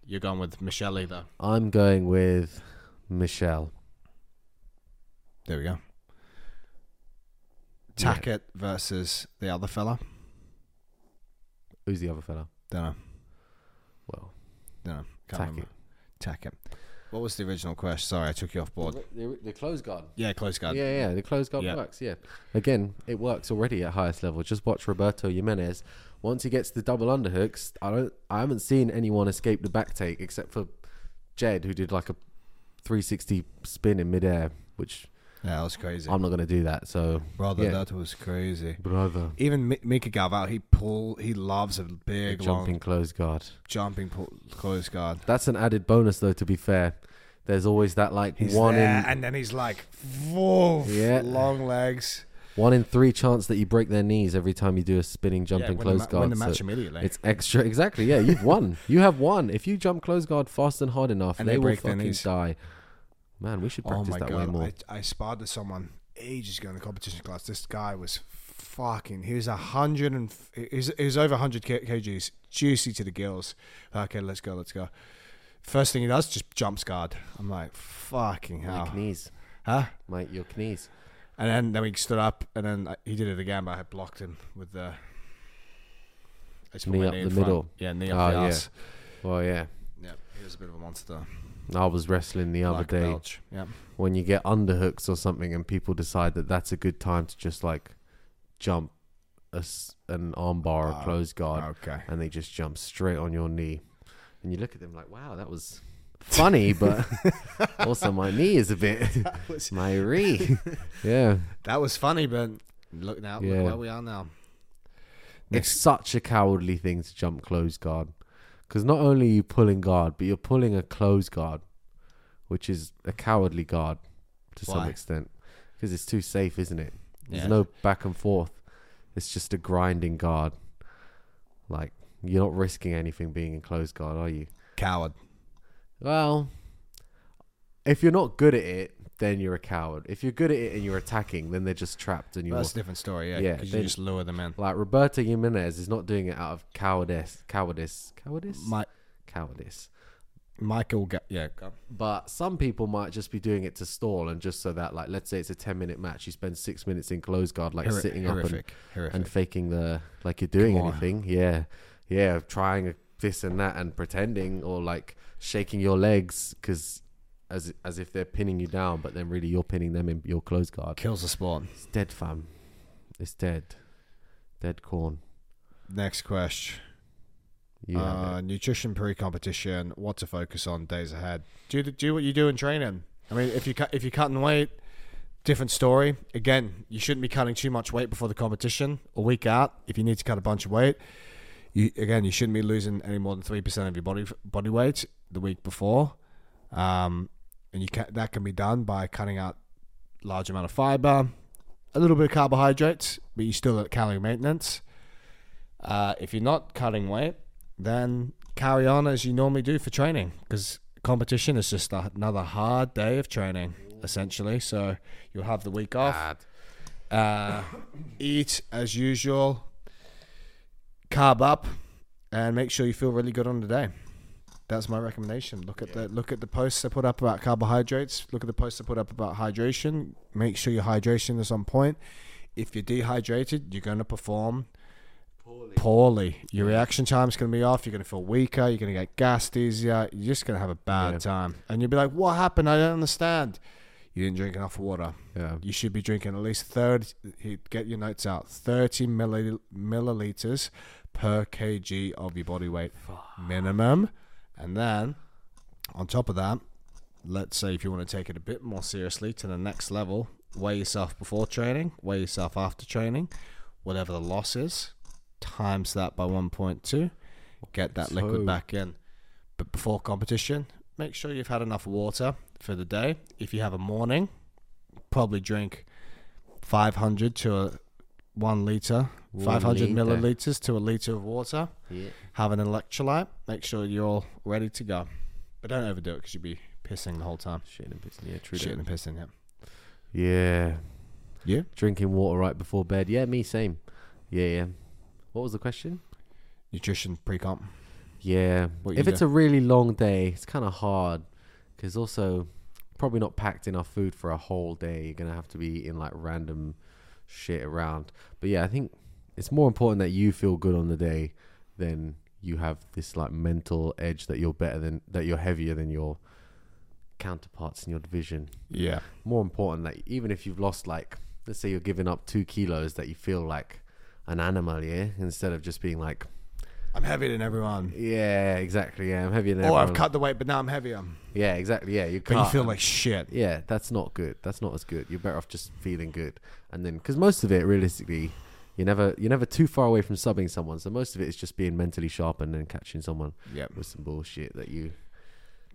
Speaker 1: You're going with Michelle though.
Speaker 2: I'm going with Michelle.
Speaker 1: There we go. Tackett versus the other fella.
Speaker 2: Who's the other fella?
Speaker 1: Don't know.
Speaker 2: Well,
Speaker 1: Don't know. Can't
Speaker 2: Tackett.
Speaker 1: remember. Tackett. What was the original question? Sorry, I took you off board.
Speaker 2: the, the close guard.
Speaker 1: Yeah, close guard.
Speaker 2: Yeah, yeah, the closed guard
Speaker 1: Yeah.
Speaker 2: works. Yeah, again, it works already at highest level. Just watch Roberto Jimenez. Once he gets the double underhooks, I don't, I haven't seen anyone escape the back take except for Jed, who did like a 360 spin in midair, which
Speaker 1: Yeah, that was crazy.
Speaker 2: I'm not going to do that. So,
Speaker 1: Brother,
Speaker 2: Um, yeah.
Speaker 1: that was crazy.
Speaker 2: brother,
Speaker 1: Even Mi- Mika Galvao, he pull. He loves a
Speaker 2: the
Speaker 1: big
Speaker 2: jumping
Speaker 1: long
Speaker 2: closed guard.
Speaker 1: jumping pull, close guard.
Speaker 2: That's an added bonus, though. To be fair, there's always that like one
Speaker 1: there,
Speaker 2: in
Speaker 1: and then he's like, whoa,
Speaker 2: Yeah.
Speaker 1: long legs.
Speaker 2: one in three chance that you break their knees every time you do a spinning
Speaker 1: Yeah,
Speaker 2: jumping
Speaker 1: win the,
Speaker 2: close
Speaker 1: ma-
Speaker 2: guard.
Speaker 1: win the
Speaker 2: so-
Speaker 1: match immediately.
Speaker 2: It's extra, exactly. Yeah,
Speaker 1: [LAUGHS]
Speaker 2: you've won. you have won. If you jump close guard fast and hard enough,
Speaker 1: And
Speaker 2: they,
Speaker 1: they break
Speaker 2: will
Speaker 1: their
Speaker 2: fucking
Speaker 1: knees.
Speaker 2: die. Man, we should
Speaker 1: Oh
Speaker 2: practice
Speaker 1: my
Speaker 2: that way
Speaker 1: god!
Speaker 2: more.
Speaker 1: I, I sparred to someone ages ago in the competition class. This guy was fucking. He was a hundred and f- he was, he was over hundred kgs, juicy to the gills. Okay, let's go, let's go. First thing he does, just jumps guard. I'm like, fucking
Speaker 2: My
Speaker 1: hell,
Speaker 2: knees,
Speaker 1: huh?
Speaker 2: my your knees.
Speaker 1: And then then we stood up, and then I, he did it again, but I had blocked him with the. I just put
Speaker 2: Knee
Speaker 1: my
Speaker 2: up
Speaker 1: knee
Speaker 2: the
Speaker 1: in front.
Speaker 2: middle.
Speaker 1: Yeah, knee up
Speaker 2: Oh,
Speaker 1: the
Speaker 2: yeah.
Speaker 1: ass.
Speaker 2: Well, yeah,
Speaker 1: Yeah, he was a bit of a monster.
Speaker 2: I was wrestling the other
Speaker 1: Like a
Speaker 2: day
Speaker 1: belch. Yeah.
Speaker 2: when you get underhooks or something, and people decide that that's a good time to just like jump a s an armbar or
Speaker 1: Oh,
Speaker 2: close guard,
Speaker 1: Okay.
Speaker 2: and they just jump straight on your knee, and you look at them like, wow, that was
Speaker 1: [LAUGHS]
Speaker 2: funny, but also my knee is a bit [LAUGHS]
Speaker 1: was-
Speaker 2: my
Speaker 1: [LAUGHS]
Speaker 2: re, yeah.
Speaker 1: That was funny, but look now,
Speaker 2: Yeah.
Speaker 1: look where we are now.
Speaker 2: It's
Speaker 1: Next-
Speaker 2: such a cowardly thing to jump close guard. Because not only are you pulling guard, but you're pulling a close guard, which is a cowardly guard to some
Speaker 1: Why?
Speaker 2: extent. because it's too safe, isn't it? There's
Speaker 1: Yeah.
Speaker 2: no back and forth. It's just a grinding guard. Like you're not risking anything being in close guard, are you?
Speaker 1: Coward.
Speaker 2: Well, if you're not good at it, then you're a coward. If you're good at it and you're attacking, then they're just trapped and you're
Speaker 1: That's a different story, yeah.
Speaker 2: Yeah,
Speaker 1: Because
Speaker 2: they-
Speaker 1: you just lure them in.
Speaker 2: like Roberto Jimenez is not doing it out of cowardice, cowardice, cowardice,
Speaker 1: My,
Speaker 2: cowardice.
Speaker 1: Michael, Ga- yeah, go on.
Speaker 2: But some people might just be doing it to stall and just so that, like, let's say it's a ten-minute match, you spend six minutes in close guard, like
Speaker 1: Horri-
Speaker 2: sitting up and
Speaker 1: horrific, horrific.
Speaker 2: and faking the like you're doing
Speaker 1: Come on.
Speaker 2: anything. Yeah, yeah, trying this and that and pretending or like shaking your legs because as as if they're pinning you down, but then really you're pinning them in your close guard.
Speaker 1: Kills the spawn.
Speaker 2: It's dead, fam. It's dead. Dead corn.
Speaker 1: Next question.
Speaker 2: You have it.
Speaker 1: uh, nutrition pre-competition. What to focus on days ahead? Do the, do what you do in training. I mean, if you cut if you're cutting weight, different story. Again, you shouldn't be cutting too much weight before the competition. A week out, if you need to cut a bunch of weight, you again you shouldn't be losing any more than three percent of your body body weight the week before. Um, and you can, that can be done by cutting out large amount of fiber, a little bit of carbohydrates, but you're still at calorie maintenance. Uh, if you're not cutting weight, then carry on as you normally do for training because competition is just a- another hard day of training essentially. So you'll have the week off
Speaker 2: Bad.
Speaker 1: uh, eat as usual, carb up, and make sure you feel really good on the day. That's my recommendation. Look at the look at the posts I put up about carbohydrates. Look at the posts I put up about hydration. Make sure your hydration is on point. If you're dehydrated, you're going to perform poorly. Your reaction time's going to be off. You're going to feel weaker. You're going to get gassed easier. You're just going to have a bad
Speaker 2: Yeah.
Speaker 1: time, and you'll be like, "What happened? I don't understand." You didn't drink enough water.
Speaker 2: Yeah.
Speaker 1: You should be drinking at least 30, he- get your notes out, 30 milli, milliliters per kg of your body weight minimum. And then on top of that, let's say if you want to take it a bit more seriously to the next level, weigh yourself before training, weigh yourself after training, whatever the loss is, times that by 1.2, get that
Speaker 2: So-
Speaker 1: liquid back in. But before competition, make sure you've had enough water for the day. If you have a morning, probably drink 500 to a one liter,
Speaker 2: One
Speaker 1: 500
Speaker 2: liter.
Speaker 1: milliliters to a liter of water.
Speaker 2: Yeah.
Speaker 1: Have an electrolyte. Make sure you're all ready to go. But don't overdo it because you'll be pissing the whole time.
Speaker 2: Shitting and pissing. Yeah, true.
Speaker 1: Shitting and
Speaker 2: that.
Speaker 1: pissing, yeah.
Speaker 2: Yeah.
Speaker 1: Yeah?
Speaker 2: Drinking water right before bed. Yeah, me same. Yeah, yeah. What was the question?
Speaker 1: Nutrition pre comp.
Speaker 2: Yeah.
Speaker 1: What
Speaker 2: if
Speaker 1: you
Speaker 2: it's
Speaker 1: do.
Speaker 2: a really long day, it's kind of hard because also probably not packed enough food for a whole day. You're going to have to be eating like random shit around. But yeah, I think it's more important that you feel good on the day than you have this like mental edge that you're better than, that you're heavier than your counterparts in your division
Speaker 1: Yeah.
Speaker 2: more important that even if you've lost like let's say you're giving up two kilos that you feel like an animal yeah instead of just being like
Speaker 1: I'm heavier than everyone.
Speaker 2: yeah exactly yeah i'm heavier than
Speaker 1: Or I've
Speaker 2: everyone."
Speaker 1: cut the weight, but now I'm heavier.
Speaker 2: yeah exactly yeah you
Speaker 1: But
Speaker 2: cut
Speaker 1: you feel like shit.
Speaker 2: yeah that's not good that's not as good you're better off just feeling good and then because most of it realistically you're never you're never too far away from subbing someone so most of it is just being mentally sharp and then catching someone
Speaker 1: Yeah.
Speaker 2: with some bullshit that you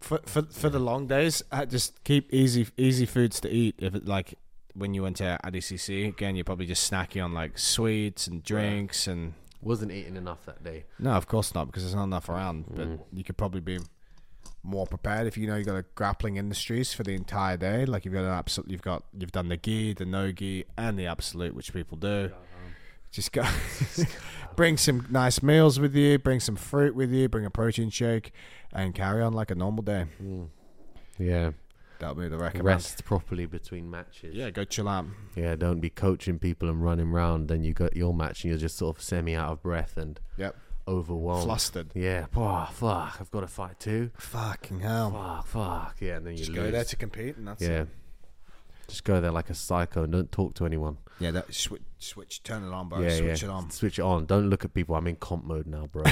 Speaker 1: for for for the long days, uh, just keep easy easy foods to eat. If it, like when you went to IDCC again, you're probably just snacking on like sweets and drinks and
Speaker 2: wasn't eating enough that day
Speaker 1: no, of course not because there's not enough around. But you could probably be more prepared if you know you've got a grappling industries for the entire day. Like you've got an absolute, you've got you've done the gi, the no gi, and the absolute, which people do. [LAUGHS] Just go, bring some nice meals with you, bring some fruit with you, bring a protein shake, and carry on like a normal day.
Speaker 2: yeah
Speaker 1: That'll be the recommend.
Speaker 2: rest properly between matches
Speaker 1: Yeah, go chill out.
Speaker 2: Yeah, don't be coaching people and running round. Then you got your match and you're just sort of semi out of breath and
Speaker 1: Yep.
Speaker 2: overwhelmed.
Speaker 1: Flustered.
Speaker 2: Yeah, oh, fuck, I've got to fight too.
Speaker 1: Fucking hell.
Speaker 2: Fuck, fuck. Yeah, and then you
Speaker 1: Just
Speaker 2: lose.
Speaker 1: go there to compete, and that's
Speaker 2: yeah.
Speaker 1: it.
Speaker 2: Just go there like a psycho and don't talk to anyone.
Speaker 1: Yeah, that switch, switch, turn it on, bro.
Speaker 2: yeah,
Speaker 1: switch
Speaker 2: yeah.
Speaker 1: it on.
Speaker 2: Switch it on. Don't look at people. I'm in comp mode now,
Speaker 1: [LAUGHS]
Speaker 2: bro.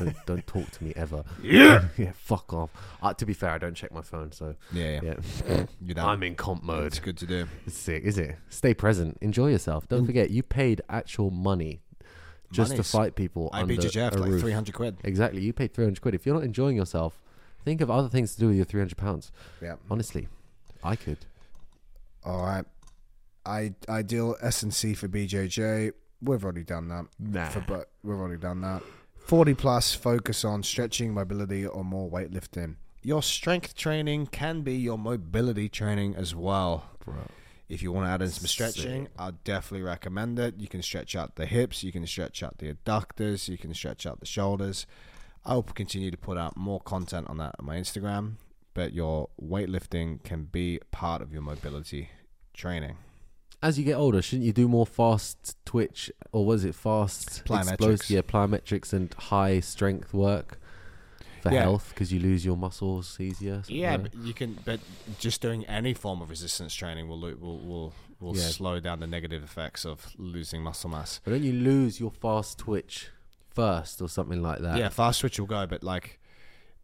Speaker 2: don't, don't talk to me ever.
Speaker 1: Yeah.
Speaker 2: [LAUGHS] yeah, fuck off. Uh, to be fair, I don't check my phone, so
Speaker 1: Yeah, yeah.
Speaker 2: yeah.
Speaker 1: [LAUGHS] You're done.
Speaker 2: I'm in comp mode.
Speaker 1: It's good to do.
Speaker 2: It's sick, is it? Stay present. Enjoy yourself. Don't forget, you paid actual money just
Speaker 1: Mm. Money's-
Speaker 2: to fight people.
Speaker 1: I
Speaker 2: under
Speaker 1: beat you,
Speaker 2: a
Speaker 1: like
Speaker 2: roof.
Speaker 1: 300 quid.
Speaker 2: Exactly. You paid 300 quid. If you're not enjoying yourself, think of other things to do with your 300 pounds.
Speaker 1: Yeah.
Speaker 2: Honestly, I could.
Speaker 1: All right. I ideal S and C for BJJ. We've already done that.
Speaker 2: Nah.
Speaker 1: For, but we've already done that. Forty plus focus on stretching, mobility, or more weightlifting. Your strength training can be your mobility training as well. If you want to add in some stretching, i definitely recommend it. You can stretch out the hips, you can stretch out the adductors, you can stretch out the shoulders. I will continue to put out more content on that on my Instagram, but your weightlifting can be part of your mobility training.
Speaker 2: As you get older, shouldn't you do more fast twitch or was it fast
Speaker 1: Plyometrics.
Speaker 2: explos- Yeah, plyometrics and high strength work for
Speaker 1: Yeah.
Speaker 2: health because you lose your muscles easier. so-
Speaker 1: Yeah, but you can. But just doing any form of resistance training will lo- will will, will
Speaker 2: Yeah.
Speaker 1: slow down the negative effects of losing muscle mass.
Speaker 2: But don't you lose your fast twitch first or something like that?
Speaker 1: yeah, fast switch will go, but like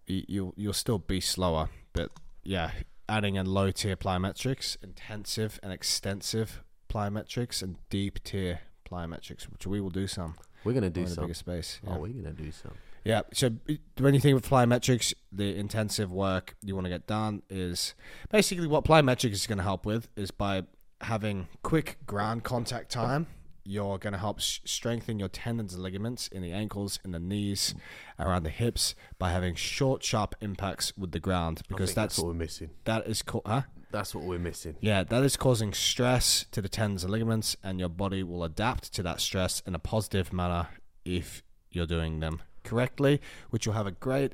Speaker 1: y- you'll you'll still be slower. But yeah, adding in low tier plyometrics, intensive and extensive plyometrics, and deep tier plyometrics, which we will do some.
Speaker 2: We're gonna do
Speaker 1: in a
Speaker 2: some.
Speaker 1: bigger space.
Speaker 2: Oh,
Speaker 1: Yeah.
Speaker 2: we're gonna do some.
Speaker 1: Yeah. So b- when you think of plyometrics, the intensive work you want to get done is basically what plyometrics is going to help with is by having quick ground contact time. You're going to help s- strengthen your tendons and ligaments in the ankles, in the knees, around the hips by having short, sharp impacts with the ground because that's
Speaker 2: we're missing.
Speaker 1: that is called. Huh?
Speaker 2: That's what we're missing.
Speaker 1: Yeah, that is causing stress to the tendons and ligaments, and your body will adapt to that stress in a positive manner if you're doing them correctly, which will have a great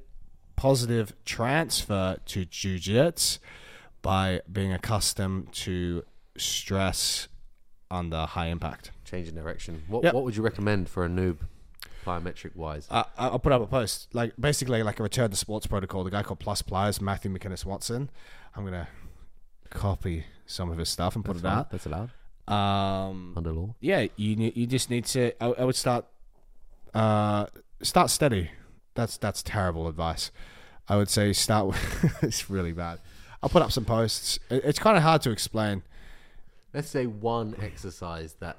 Speaker 1: positive transfer to jujitsu by being accustomed to stress under high impact.
Speaker 2: Change in direction. What
Speaker 1: Yep.
Speaker 2: What would you recommend for a noob, plyometric wise?
Speaker 1: I, I- I'll put up a post, like basically like a return to sports protocol. The guy called Plus Pliers, Matthew McInnes Watson. I'm gonna copy some of his stuff and put
Speaker 2: That's
Speaker 1: it
Speaker 2: allowed. That's allowed
Speaker 1: out. Um,
Speaker 2: under law.
Speaker 1: yeah, you ne- you just need to. I, I would start, uh, start steady. That's that's terrible advice. I would say start. [LAUGHS] With, it's really bad. I'll put up some posts. It, it's kind of hard to explain.
Speaker 2: Let's say one exercise that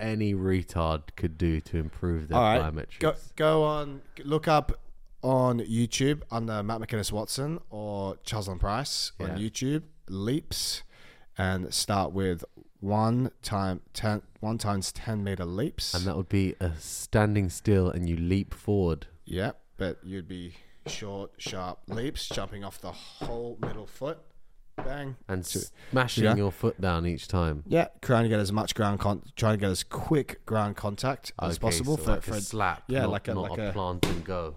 Speaker 2: any retard could do to improve their
Speaker 1: All right,
Speaker 2: plyometrics.
Speaker 1: Go go on. Look up on YouTube under Matt McInnes Watson or Chaslin Price on
Speaker 2: Yeah.
Speaker 1: YouTube leaps, and start with one time ten one times ten meter leaps.
Speaker 2: And that would be a standing still and you leap forward.
Speaker 1: Yeah, but you'd be short, sharp leaps, jumping off the whole middle foot. Bang.
Speaker 2: And smashing
Speaker 1: Yeah.
Speaker 2: your foot down each time.
Speaker 1: Yeah, trying to get as much ground con- trying to get as quick ground contact as
Speaker 2: Okay,
Speaker 1: possible
Speaker 2: so
Speaker 1: for,
Speaker 2: like
Speaker 1: for
Speaker 2: a slap.
Speaker 1: yeah,
Speaker 2: not,
Speaker 1: like a-
Speaker 2: not
Speaker 1: like
Speaker 2: a,
Speaker 1: a-
Speaker 2: plant and go.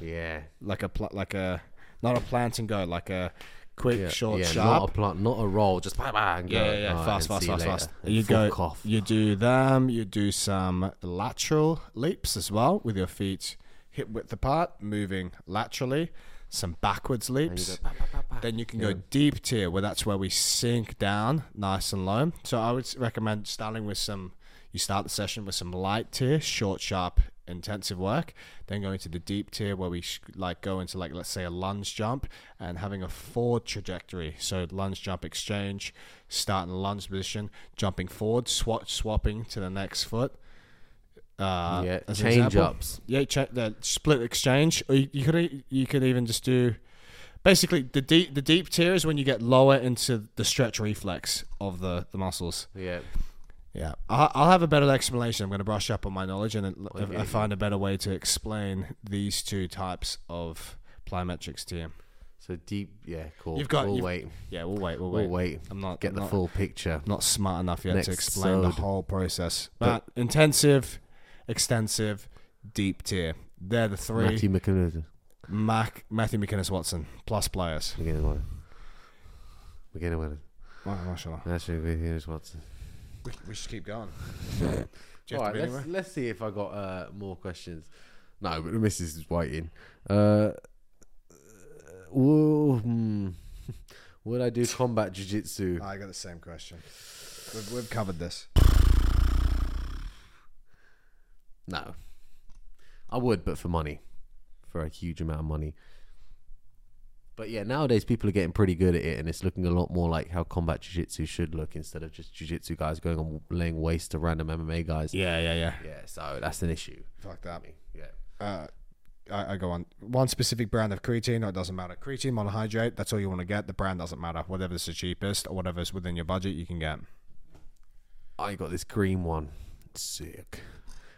Speaker 2: Yeah,
Speaker 1: like a pl- like a not a plant and go, like a quick,
Speaker 2: yeah,
Speaker 1: short,
Speaker 2: yeah,
Speaker 1: sharp.
Speaker 2: Not a plant, not a roll. Just bang, bang,
Speaker 1: yeah,
Speaker 2: go.
Speaker 1: yeah, yeah.
Speaker 2: All right,
Speaker 1: fast,
Speaker 2: and
Speaker 1: fast,
Speaker 2: see
Speaker 1: fast,
Speaker 2: later.
Speaker 1: fast.
Speaker 2: And
Speaker 1: You go,
Speaker 2: fuck off.
Speaker 1: you do them. You do some lateral leaps as well with your feet hip width apart, moving laterally. Some backwards leaps. Then you can go deep tier, where that's where we sink down nice and low. So I would s- recommend starting with some. You start the session with some light tier, short, sharp, intensive work. Then going to the deep tier, where we sh- like go into like let's say a lunge jump and having a forward trajectory. So lunge jump exchange, start in lunge position, jumping forward, swat swapping to the next foot. Uh,
Speaker 2: yeah,
Speaker 1: as an
Speaker 2: change
Speaker 1: example.
Speaker 2: ups.
Speaker 1: Yeah, check the split exchange, or you, you could e- you could even just do basically the deep the deep tier is when you get lower into the stretch reflex of the the muscles.
Speaker 2: Yeah,
Speaker 1: Yeah, I'll, I'll have a better explanation. I'm going to brush up on my knowledge and it- if
Speaker 2: Okay.
Speaker 1: I find a better way to explain these two types of plyometrics to you.
Speaker 2: so deep. Yeah, cool.
Speaker 1: You've got-
Speaker 2: We'll
Speaker 1: you've-
Speaker 2: wait.
Speaker 1: Yeah, we'll wait. We'll wait.
Speaker 2: We'll wait.
Speaker 1: I'm not
Speaker 2: Get
Speaker 1: I'm
Speaker 2: the
Speaker 1: not-
Speaker 2: full picture.
Speaker 1: not smart enough yet
Speaker 2: Next
Speaker 1: to explain the
Speaker 2: episode.
Speaker 1: whole process. But intensive, extensive, deep tier. They're the three.
Speaker 2: Matthew McConaughey.
Speaker 1: Mac, Matthew McInnes Watson, plus players.
Speaker 2: We're gonna win. We're gonna win.
Speaker 1: Wow, mashallah.
Speaker 2: Actually, we're gonna win.
Speaker 1: We, we should keep going. Do you
Speaker 2: All
Speaker 1: have
Speaker 2: right,
Speaker 1: to be
Speaker 2: let's,
Speaker 1: anywhere?
Speaker 2: let's see if I got uh, more questions. No, but the missus is waiting. Uh, woo, hmm. [LAUGHS] Would I do combat jiu-jitsu?
Speaker 1: Ah, I got the same question. We've, we've covered this.
Speaker 2: No. I would, but for money. For a huge amount of money. But yeah, nowadays people are getting pretty good at it, and it's looking a lot more like how combat jiu-jitsu should look instead of just jiu-jitsu guys going on laying waste to random MMA guys.
Speaker 1: Yeah, yeah, yeah.
Speaker 2: Yeah, so that's an issue.
Speaker 1: Fuck that.
Speaker 2: Yeah.
Speaker 1: Uh, I, I go on. One specific brand of creatine, or it doesn't matter. Creatine monohydrate, that's all you want to get. The brand doesn't matter. Whatever's the cheapest or whatever's within your budget, you can get.
Speaker 2: I got this green one. Sick.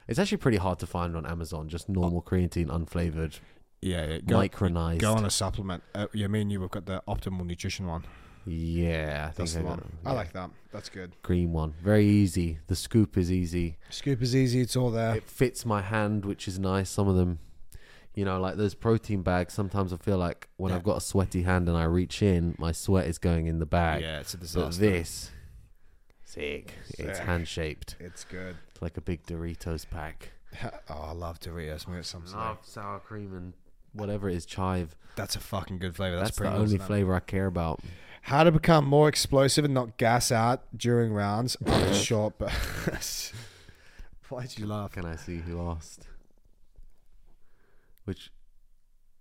Speaker 2: It's actually pretty hard to find on Amazon. Just normal creatine, unflavored,
Speaker 1: Yeah, yeah, go,
Speaker 2: micronized.
Speaker 1: go on a supplement. Uh, you mean you have got the optimal nutrition one?
Speaker 2: Yeah, I think
Speaker 1: That's
Speaker 2: I
Speaker 1: the
Speaker 2: got
Speaker 1: one.
Speaker 2: it.
Speaker 1: I
Speaker 2: Yeah.
Speaker 1: like that. That's good.
Speaker 2: green one. Very easy. The scoop is easy.
Speaker 1: Scoop is easy. It's all there.
Speaker 2: It fits my hand, which is nice. Some of them, you know, like those protein bags. Sometimes I feel like when
Speaker 1: Yeah.
Speaker 2: I've got a sweaty hand and I reach in, my sweat is going in the bag.
Speaker 1: yeah, it's a
Speaker 2: but
Speaker 1: disaster.
Speaker 2: this, sick. It's
Speaker 1: Sick.
Speaker 2: hand shaped.
Speaker 1: It's good.
Speaker 2: It's like a big Doritos pack.
Speaker 1: Oh, I love Doritos. Mate, something.
Speaker 2: Love sour cream and whatever it is, chive.
Speaker 1: That's a fucking good flavor. That's,
Speaker 2: That's, the
Speaker 1: Pringles,
Speaker 2: only
Speaker 1: isn't it?
Speaker 2: flavor I care about.
Speaker 1: How to become more explosive and not gas out during rounds [LAUGHS] on short bursts. Why'd you laugh?
Speaker 2: Can I see who asked? Which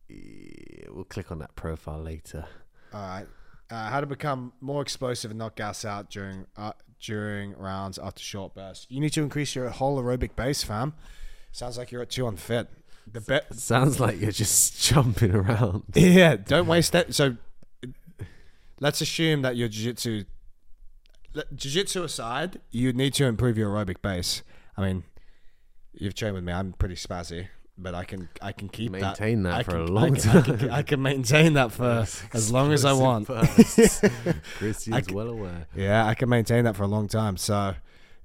Speaker 2: eh, we'll click on that profile later. [LAUGHS]
Speaker 1: All right. Uh, how to become more explosive and not gas out during uh, during rounds after short bursts. You need to increase your whole aerobic base, fam. Sounds like you're at two unfit. The bet.
Speaker 2: Sounds like you're just [LAUGHS] jumping around.
Speaker 1: [LAUGHS] Yeah, don't waste that. So let's assume that your jiu-jitsu let- jiu-jitsu aside, you need to improve your aerobic base. I mean, you've trained with me. I'm pretty spazzy, but I can I can keep that.
Speaker 2: Maintain that,
Speaker 1: I
Speaker 2: for
Speaker 1: can,
Speaker 2: a long
Speaker 1: I
Speaker 2: time.
Speaker 1: can, I, can, I can maintain that for
Speaker 2: [LAUGHS]
Speaker 1: as long as I want. I [LAUGHS]
Speaker 2: Christian's
Speaker 1: c-
Speaker 2: well aware.
Speaker 1: Yeah, I can maintain that for a long time. So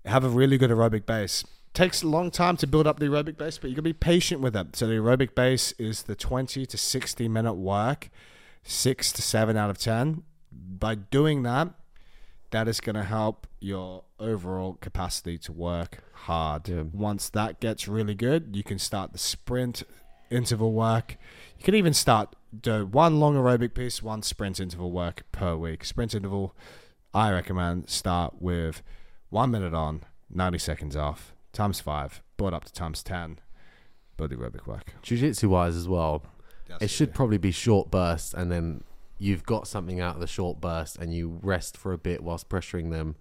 Speaker 1: have a really good aerobic base. Takes a long time to build up the aerobic base, but you can be patient with it. So the aerobic base is the 20 to 60 minute work, six to seven out of 10. By doing that, that is going to help your overall capacity to work hard.
Speaker 2: Yeah.
Speaker 1: Once that gets really good, you can start the sprint interval work. You can even start do one long aerobic piece, one sprint interval work per week. Sprint interval, I recommend start with one minute on, ninety seconds off, times five, build up to times ten, build the aerobic work.
Speaker 2: Jiu-jitsu wise as well,
Speaker 1: That's
Speaker 2: it should probably be short bursts and then you've got something out of the short burst and you rest for a bit whilst pressuring them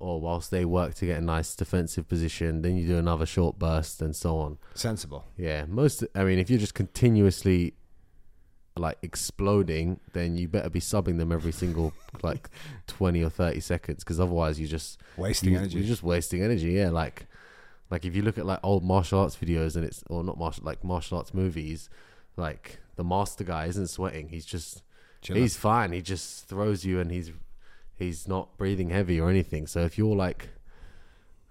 Speaker 2: or whilst they work to get a nice defensive position, then you do another short burst and so on.
Speaker 1: sensible.
Speaker 2: Yeah, most. I mean, if you're just continuously like exploding, then you better be subbing them every single like twenty or thirty seconds, because otherwise you just
Speaker 1: Wasting
Speaker 2: you,
Speaker 1: energy.
Speaker 2: You're just wasting energy. Yeah, like like if you look at like old martial arts videos and it's or not martial like martial arts movies, like the master guy isn't sweating. He's just
Speaker 1: Chill out.
Speaker 2: he's fine. He just throws you and he's he's not breathing heavy or anything. So if you're like,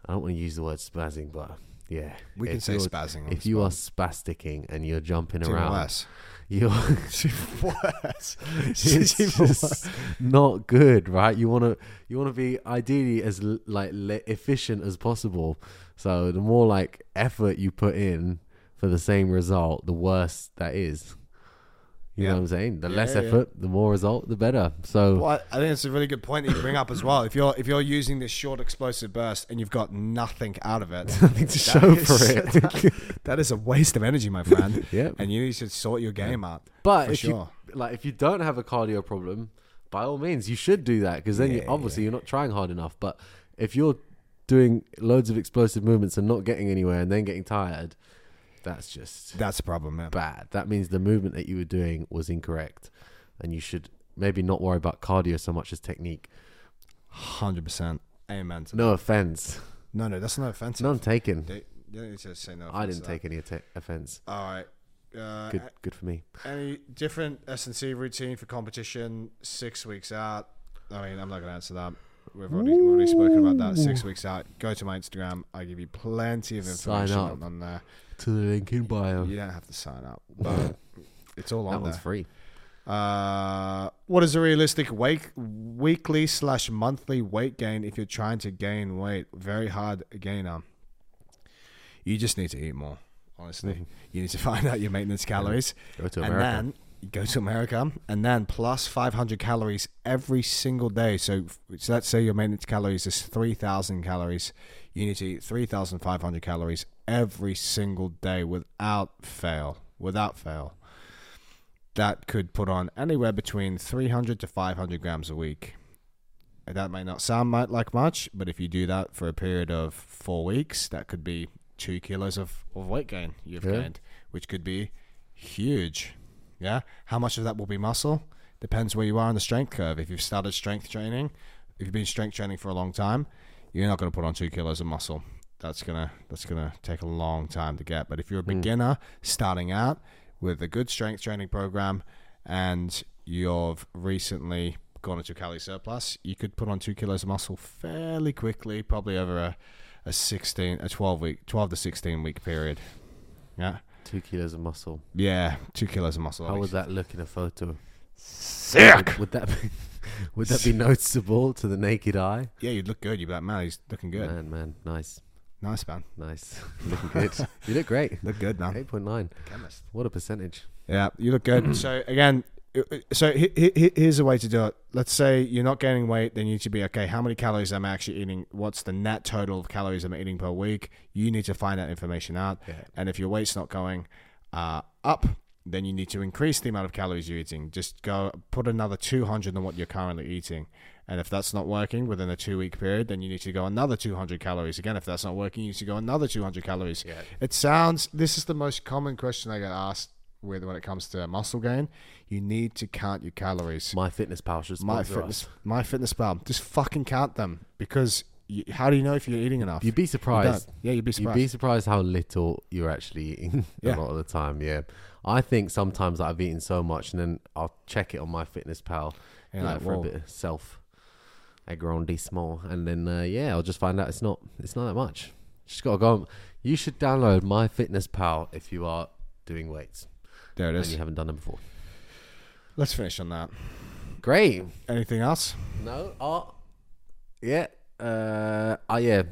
Speaker 2: I don't want to use the word spazzing, but yeah,
Speaker 1: we can
Speaker 2: if
Speaker 1: say
Speaker 2: you're-
Speaker 1: spazzing. on
Speaker 2: if
Speaker 1: the
Speaker 2: you are
Speaker 1: spot.
Speaker 2: spasticking and you're jumping
Speaker 1: It's even
Speaker 2: around,
Speaker 1: worse. [LAUGHS]
Speaker 2: you're [LAUGHS]
Speaker 1: It's [LAUGHS] even worse. [LAUGHS] It's
Speaker 2: it's
Speaker 1: even worse.
Speaker 2: just not good, right? You want to you want to be ideally as l- like le- efficient as possible. So the more like effort you put in for the same result, the worse that is. You
Speaker 1: Yeah.
Speaker 2: know what I'm saying? The
Speaker 1: Yeah,
Speaker 2: less
Speaker 1: yeah.
Speaker 2: effort, the more result, the better. So [LAUGHS]
Speaker 1: Well, I I think it's a really good point that you bring up as well. If you're if you're using this short explosive burst and you've got nothing out of
Speaker 2: [LAUGHS]
Speaker 1: it,
Speaker 2: nothing to show
Speaker 1: is-
Speaker 2: for
Speaker 1: [LAUGHS]
Speaker 2: it.
Speaker 1: that is a waste of energy, my
Speaker 2: [LAUGHS]
Speaker 1: friend.
Speaker 2: yeah.
Speaker 1: And you need to sort your game out.
Speaker 2: But
Speaker 1: For
Speaker 2: if
Speaker 1: sure.
Speaker 2: you like, if you don't have a cardio problem, by all means, you should do that because then you,
Speaker 1: Yeah,
Speaker 2: obviously you're not trying hard enough. But if you're doing loads of explosive movements and not getting anywhere and then getting tired, that's just
Speaker 1: That's a problem, man.
Speaker 2: bad. That means the movement that you were doing was incorrect, and you should maybe not worry about cardio so much as technique.
Speaker 1: Hundred percent. Amen. To that.
Speaker 2: No offense,
Speaker 1: No, no, that's not offensive.
Speaker 2: none taken.
Speaker 1: They- you don't need to say no.
Speaker 2: I
Speaker 1: offense
Speaker 2: didn't
Speaker 1: to that.
Speaker 2: take any atta offense.
Speaker 1: All right. Uh,
Speaker 2: Good, good for me.
Speaker 1: Any different S and C routine for competition? Six weeks out. I mean, I'm not going to answer that. We've already, we've already spoken about that. Six weeks out. Go to my Instagram. I give you plenty of
Speaker 2: Sign
Speaker 1: information
Speaker 2: up.
Speaker 1: on- on there.
Speaker 2: To the link in bio.
Speaker 1: You don't have to sign up, but it's all
Speaker 2: That
Speaker 1: on
Speaker 2: one's
Speaker 1: there.
Speaker 2: free.
Speaker 1: Uh, what is a realistic weight weekly slash monthly weight gain if you're trying to gain weight? Very hard gainer. You just need to eat more. Honestly, you need to [LAUGHS] find out your maintenance calories,
Speaker 2: Mm-hmm. Go to
Speaker 1: and
Speaker 2: America.
Speaker 1: then you go to America, and then plus 500 calories every single day. So, so let's say your maintenance calories is 3,000 calories. You need to eat 3,500 calories every single day without fail. Without fail that could put on anywhere between 300 to 500 grams a week. That may not sound mi- like much, but if you do that for a period of four weeks, that could be two kilos of, of weight gain you've
Speaker 2: Yeah.
Speaker 1: gained, which could be huge. Yeah. How much of that will be muscle? Depends where you are on the strength curve. If you've started strength training, if you've been strength training for a long time, you're not going to put on two kilos of muscle. That's gonna that's gonna take a long time to get. But if you're a beginner starting out with a good strength training program and you've recently gone into calorie surplus, you could put on two kilos of muscle fairly quickly, probably over a, a sixteen a twelve week twelve to sixteen week period. Yeah.
Speaker 2: Two kilos of muscle.
Speaker 1: Yeah, two kilos of muscle.
Speaker 2: How would that look in a photo?
Speaker 1: sick?
Speaker 2: Would, would that be [LAUGHS] would that be noticeable to the naked eye?
Speaker 1: Yeah, you'd look good. You'd be like, man, he's looking good.
Speaker 2: Man, man, nice,
Speaker 1: Nice, man.
Speaker 2: nice, [LAUGHS] looking good. You look great.
Speaker 1: Look good, man.
Speaker 2: Eight point nine.
Speaker 1: Chemist.
Speaker 2: What a percentage.
Speaker 1: Yeah, you look good. so again, so he- he- he- here's a way to do it. Let's say you're not gaining weight, then you need to be okay. How many calories am I actually eating? What's the net total of calories I'm eating per week? You need to find that information out. And if your weight's not going uh, up, then you need to increase the amount of calories you're eating. Just go put another 200 than what you're currently eating. And if that's not working within a two week period, then you need to go another 200 calories. Again, if that's not working, you need to go another 200 calories. It sounds, this is the most common question I get asked with when it comes to muscle gain. You need to count your calories.
Speaker 2: My fitness pal should
Speaker 1: My
Speaker 2: sponsor us.
Speaker 1: fitness, my fitness pal, just fucking count them because you, how do you know if you're eating enough?
Speaker 2: You'd be
Speaker 1: You don't.
Speaker 2: surprised.
Speaker 1: yeah, you'd be
Speaker 2: You'd
Speaker 1: surprised.
Speaker 2: be surprised how little you're actually eating [LAUGHS] a
Speaker 1: Yeah.
Speaker 2: lot of the time. Yeah, I think sometimes that I've eaten so much, and then I'll check it on my fitness pal
Speaker 1: And
Speaker 2: like,
Speaker 1: like,
Speaker 2: for
Speaker 1: whoa.
Speaker 2: a bit of self agrandissement, and then uh, yeah, I'll just find out it's not it's not that much. Just gotta go. You should download my fitness pal if you are doing weights
Speaker 1: there it
Speaker 2: and you
Speaker 1: is.
Speaker 2: haven't done them before.
Speaker 1: Let's finish on that.
Speaker 2: Great.
Speaker 1: Anything else?
Speaker 2: No. Oh. Yeah. Uh. Oh yeah.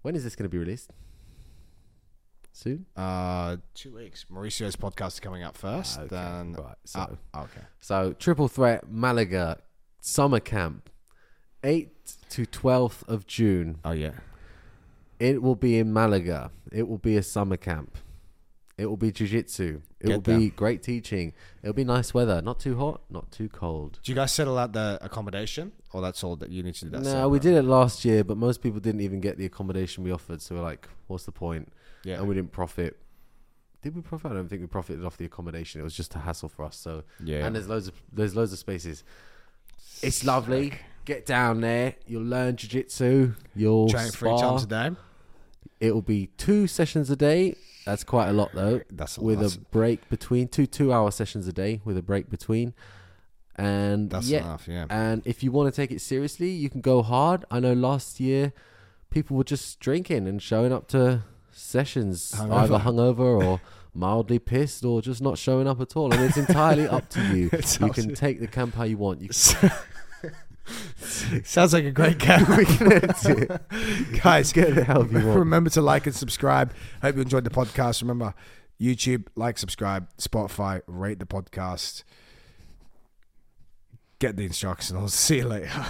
Speaker 2: When is this going to be released? Soon.
Speaker 1: Uh, two weeks. Mauricio's podcast is coming out first.
Speaker 2: Ah, Okay,
Speaker 1: Then
Speaker 2: right, so-
Speaker 1: Ah, okay.
Speaker 2: uh, So triple threat Malaga summer camp, eighth to twelfth of June.
Speaker 1: Oh yeah.
Speaker 2: It will be in Malaga. It will be a summer camp. It will be jiu-jitsu. It
Speaker 1: Get
Speaker 2: will be great teaching. It'll be nice weather. Not too hot. Not too cold.
Speaker 1: Do you guys settle out the accommodation, or that's all that you need to do? That
Speaker 2: no, we did it last year, but most people didn't even get the accommodation we offered. So we're like, what's the point?
Speaker 1: Yeah.
Speaker 2: and we didn't profit. Did we profit? I don't think we profited off the accommodation. It was just a hassle for us. So
Speaker 1: Yeah.
Speaker 2: and there's loads of there's loads of spaces. It's lovely. Get down there. You'll learn jujitsu. You'll
Speaker 1: Train three times a
Speaker 2: spar.
Speaker 1: day.
Speaker 2: It'll be two sessions a day. That's quite a lot though.
Speaker 1: That's a-
Speaker 2: with
Speaker 1: that's-
Speaker 2: a break between two two hour sessions a day with a break between. And
Speaker 1: That's
Speaker 2: yeah,
Speaker 1: enough. Yeah.
Speaker 2: and if you want to take it seriously, you can go hard. I know last year people were just drinking and showing up to sessions
Speaker 1: Hungover.
Speaker 2: either hungover or [LAUGHS] mildly pissed or just not showing up at all. And it's entirely up to you.
Speaker 1: [LAUGHS] It's
Speaker 2: you
Speaker 1: up
Speaker 2: can
Speaker 1: to-
Speaker 2: take the camp how you want. You
Speaker 1: [LAUGHS] Sounds like a great
Speaker 2: [LAUGHS]
Speaker 1: camp. [LAUGHS] Guys,
Speaker 2: get it however you want.
Speaker 1: remember to like and subscribe. Hope you enjoyed the podcast. Remember, YouTube, like, subscribe, Spotify, rate the podcast. Get the instructionals. See you later.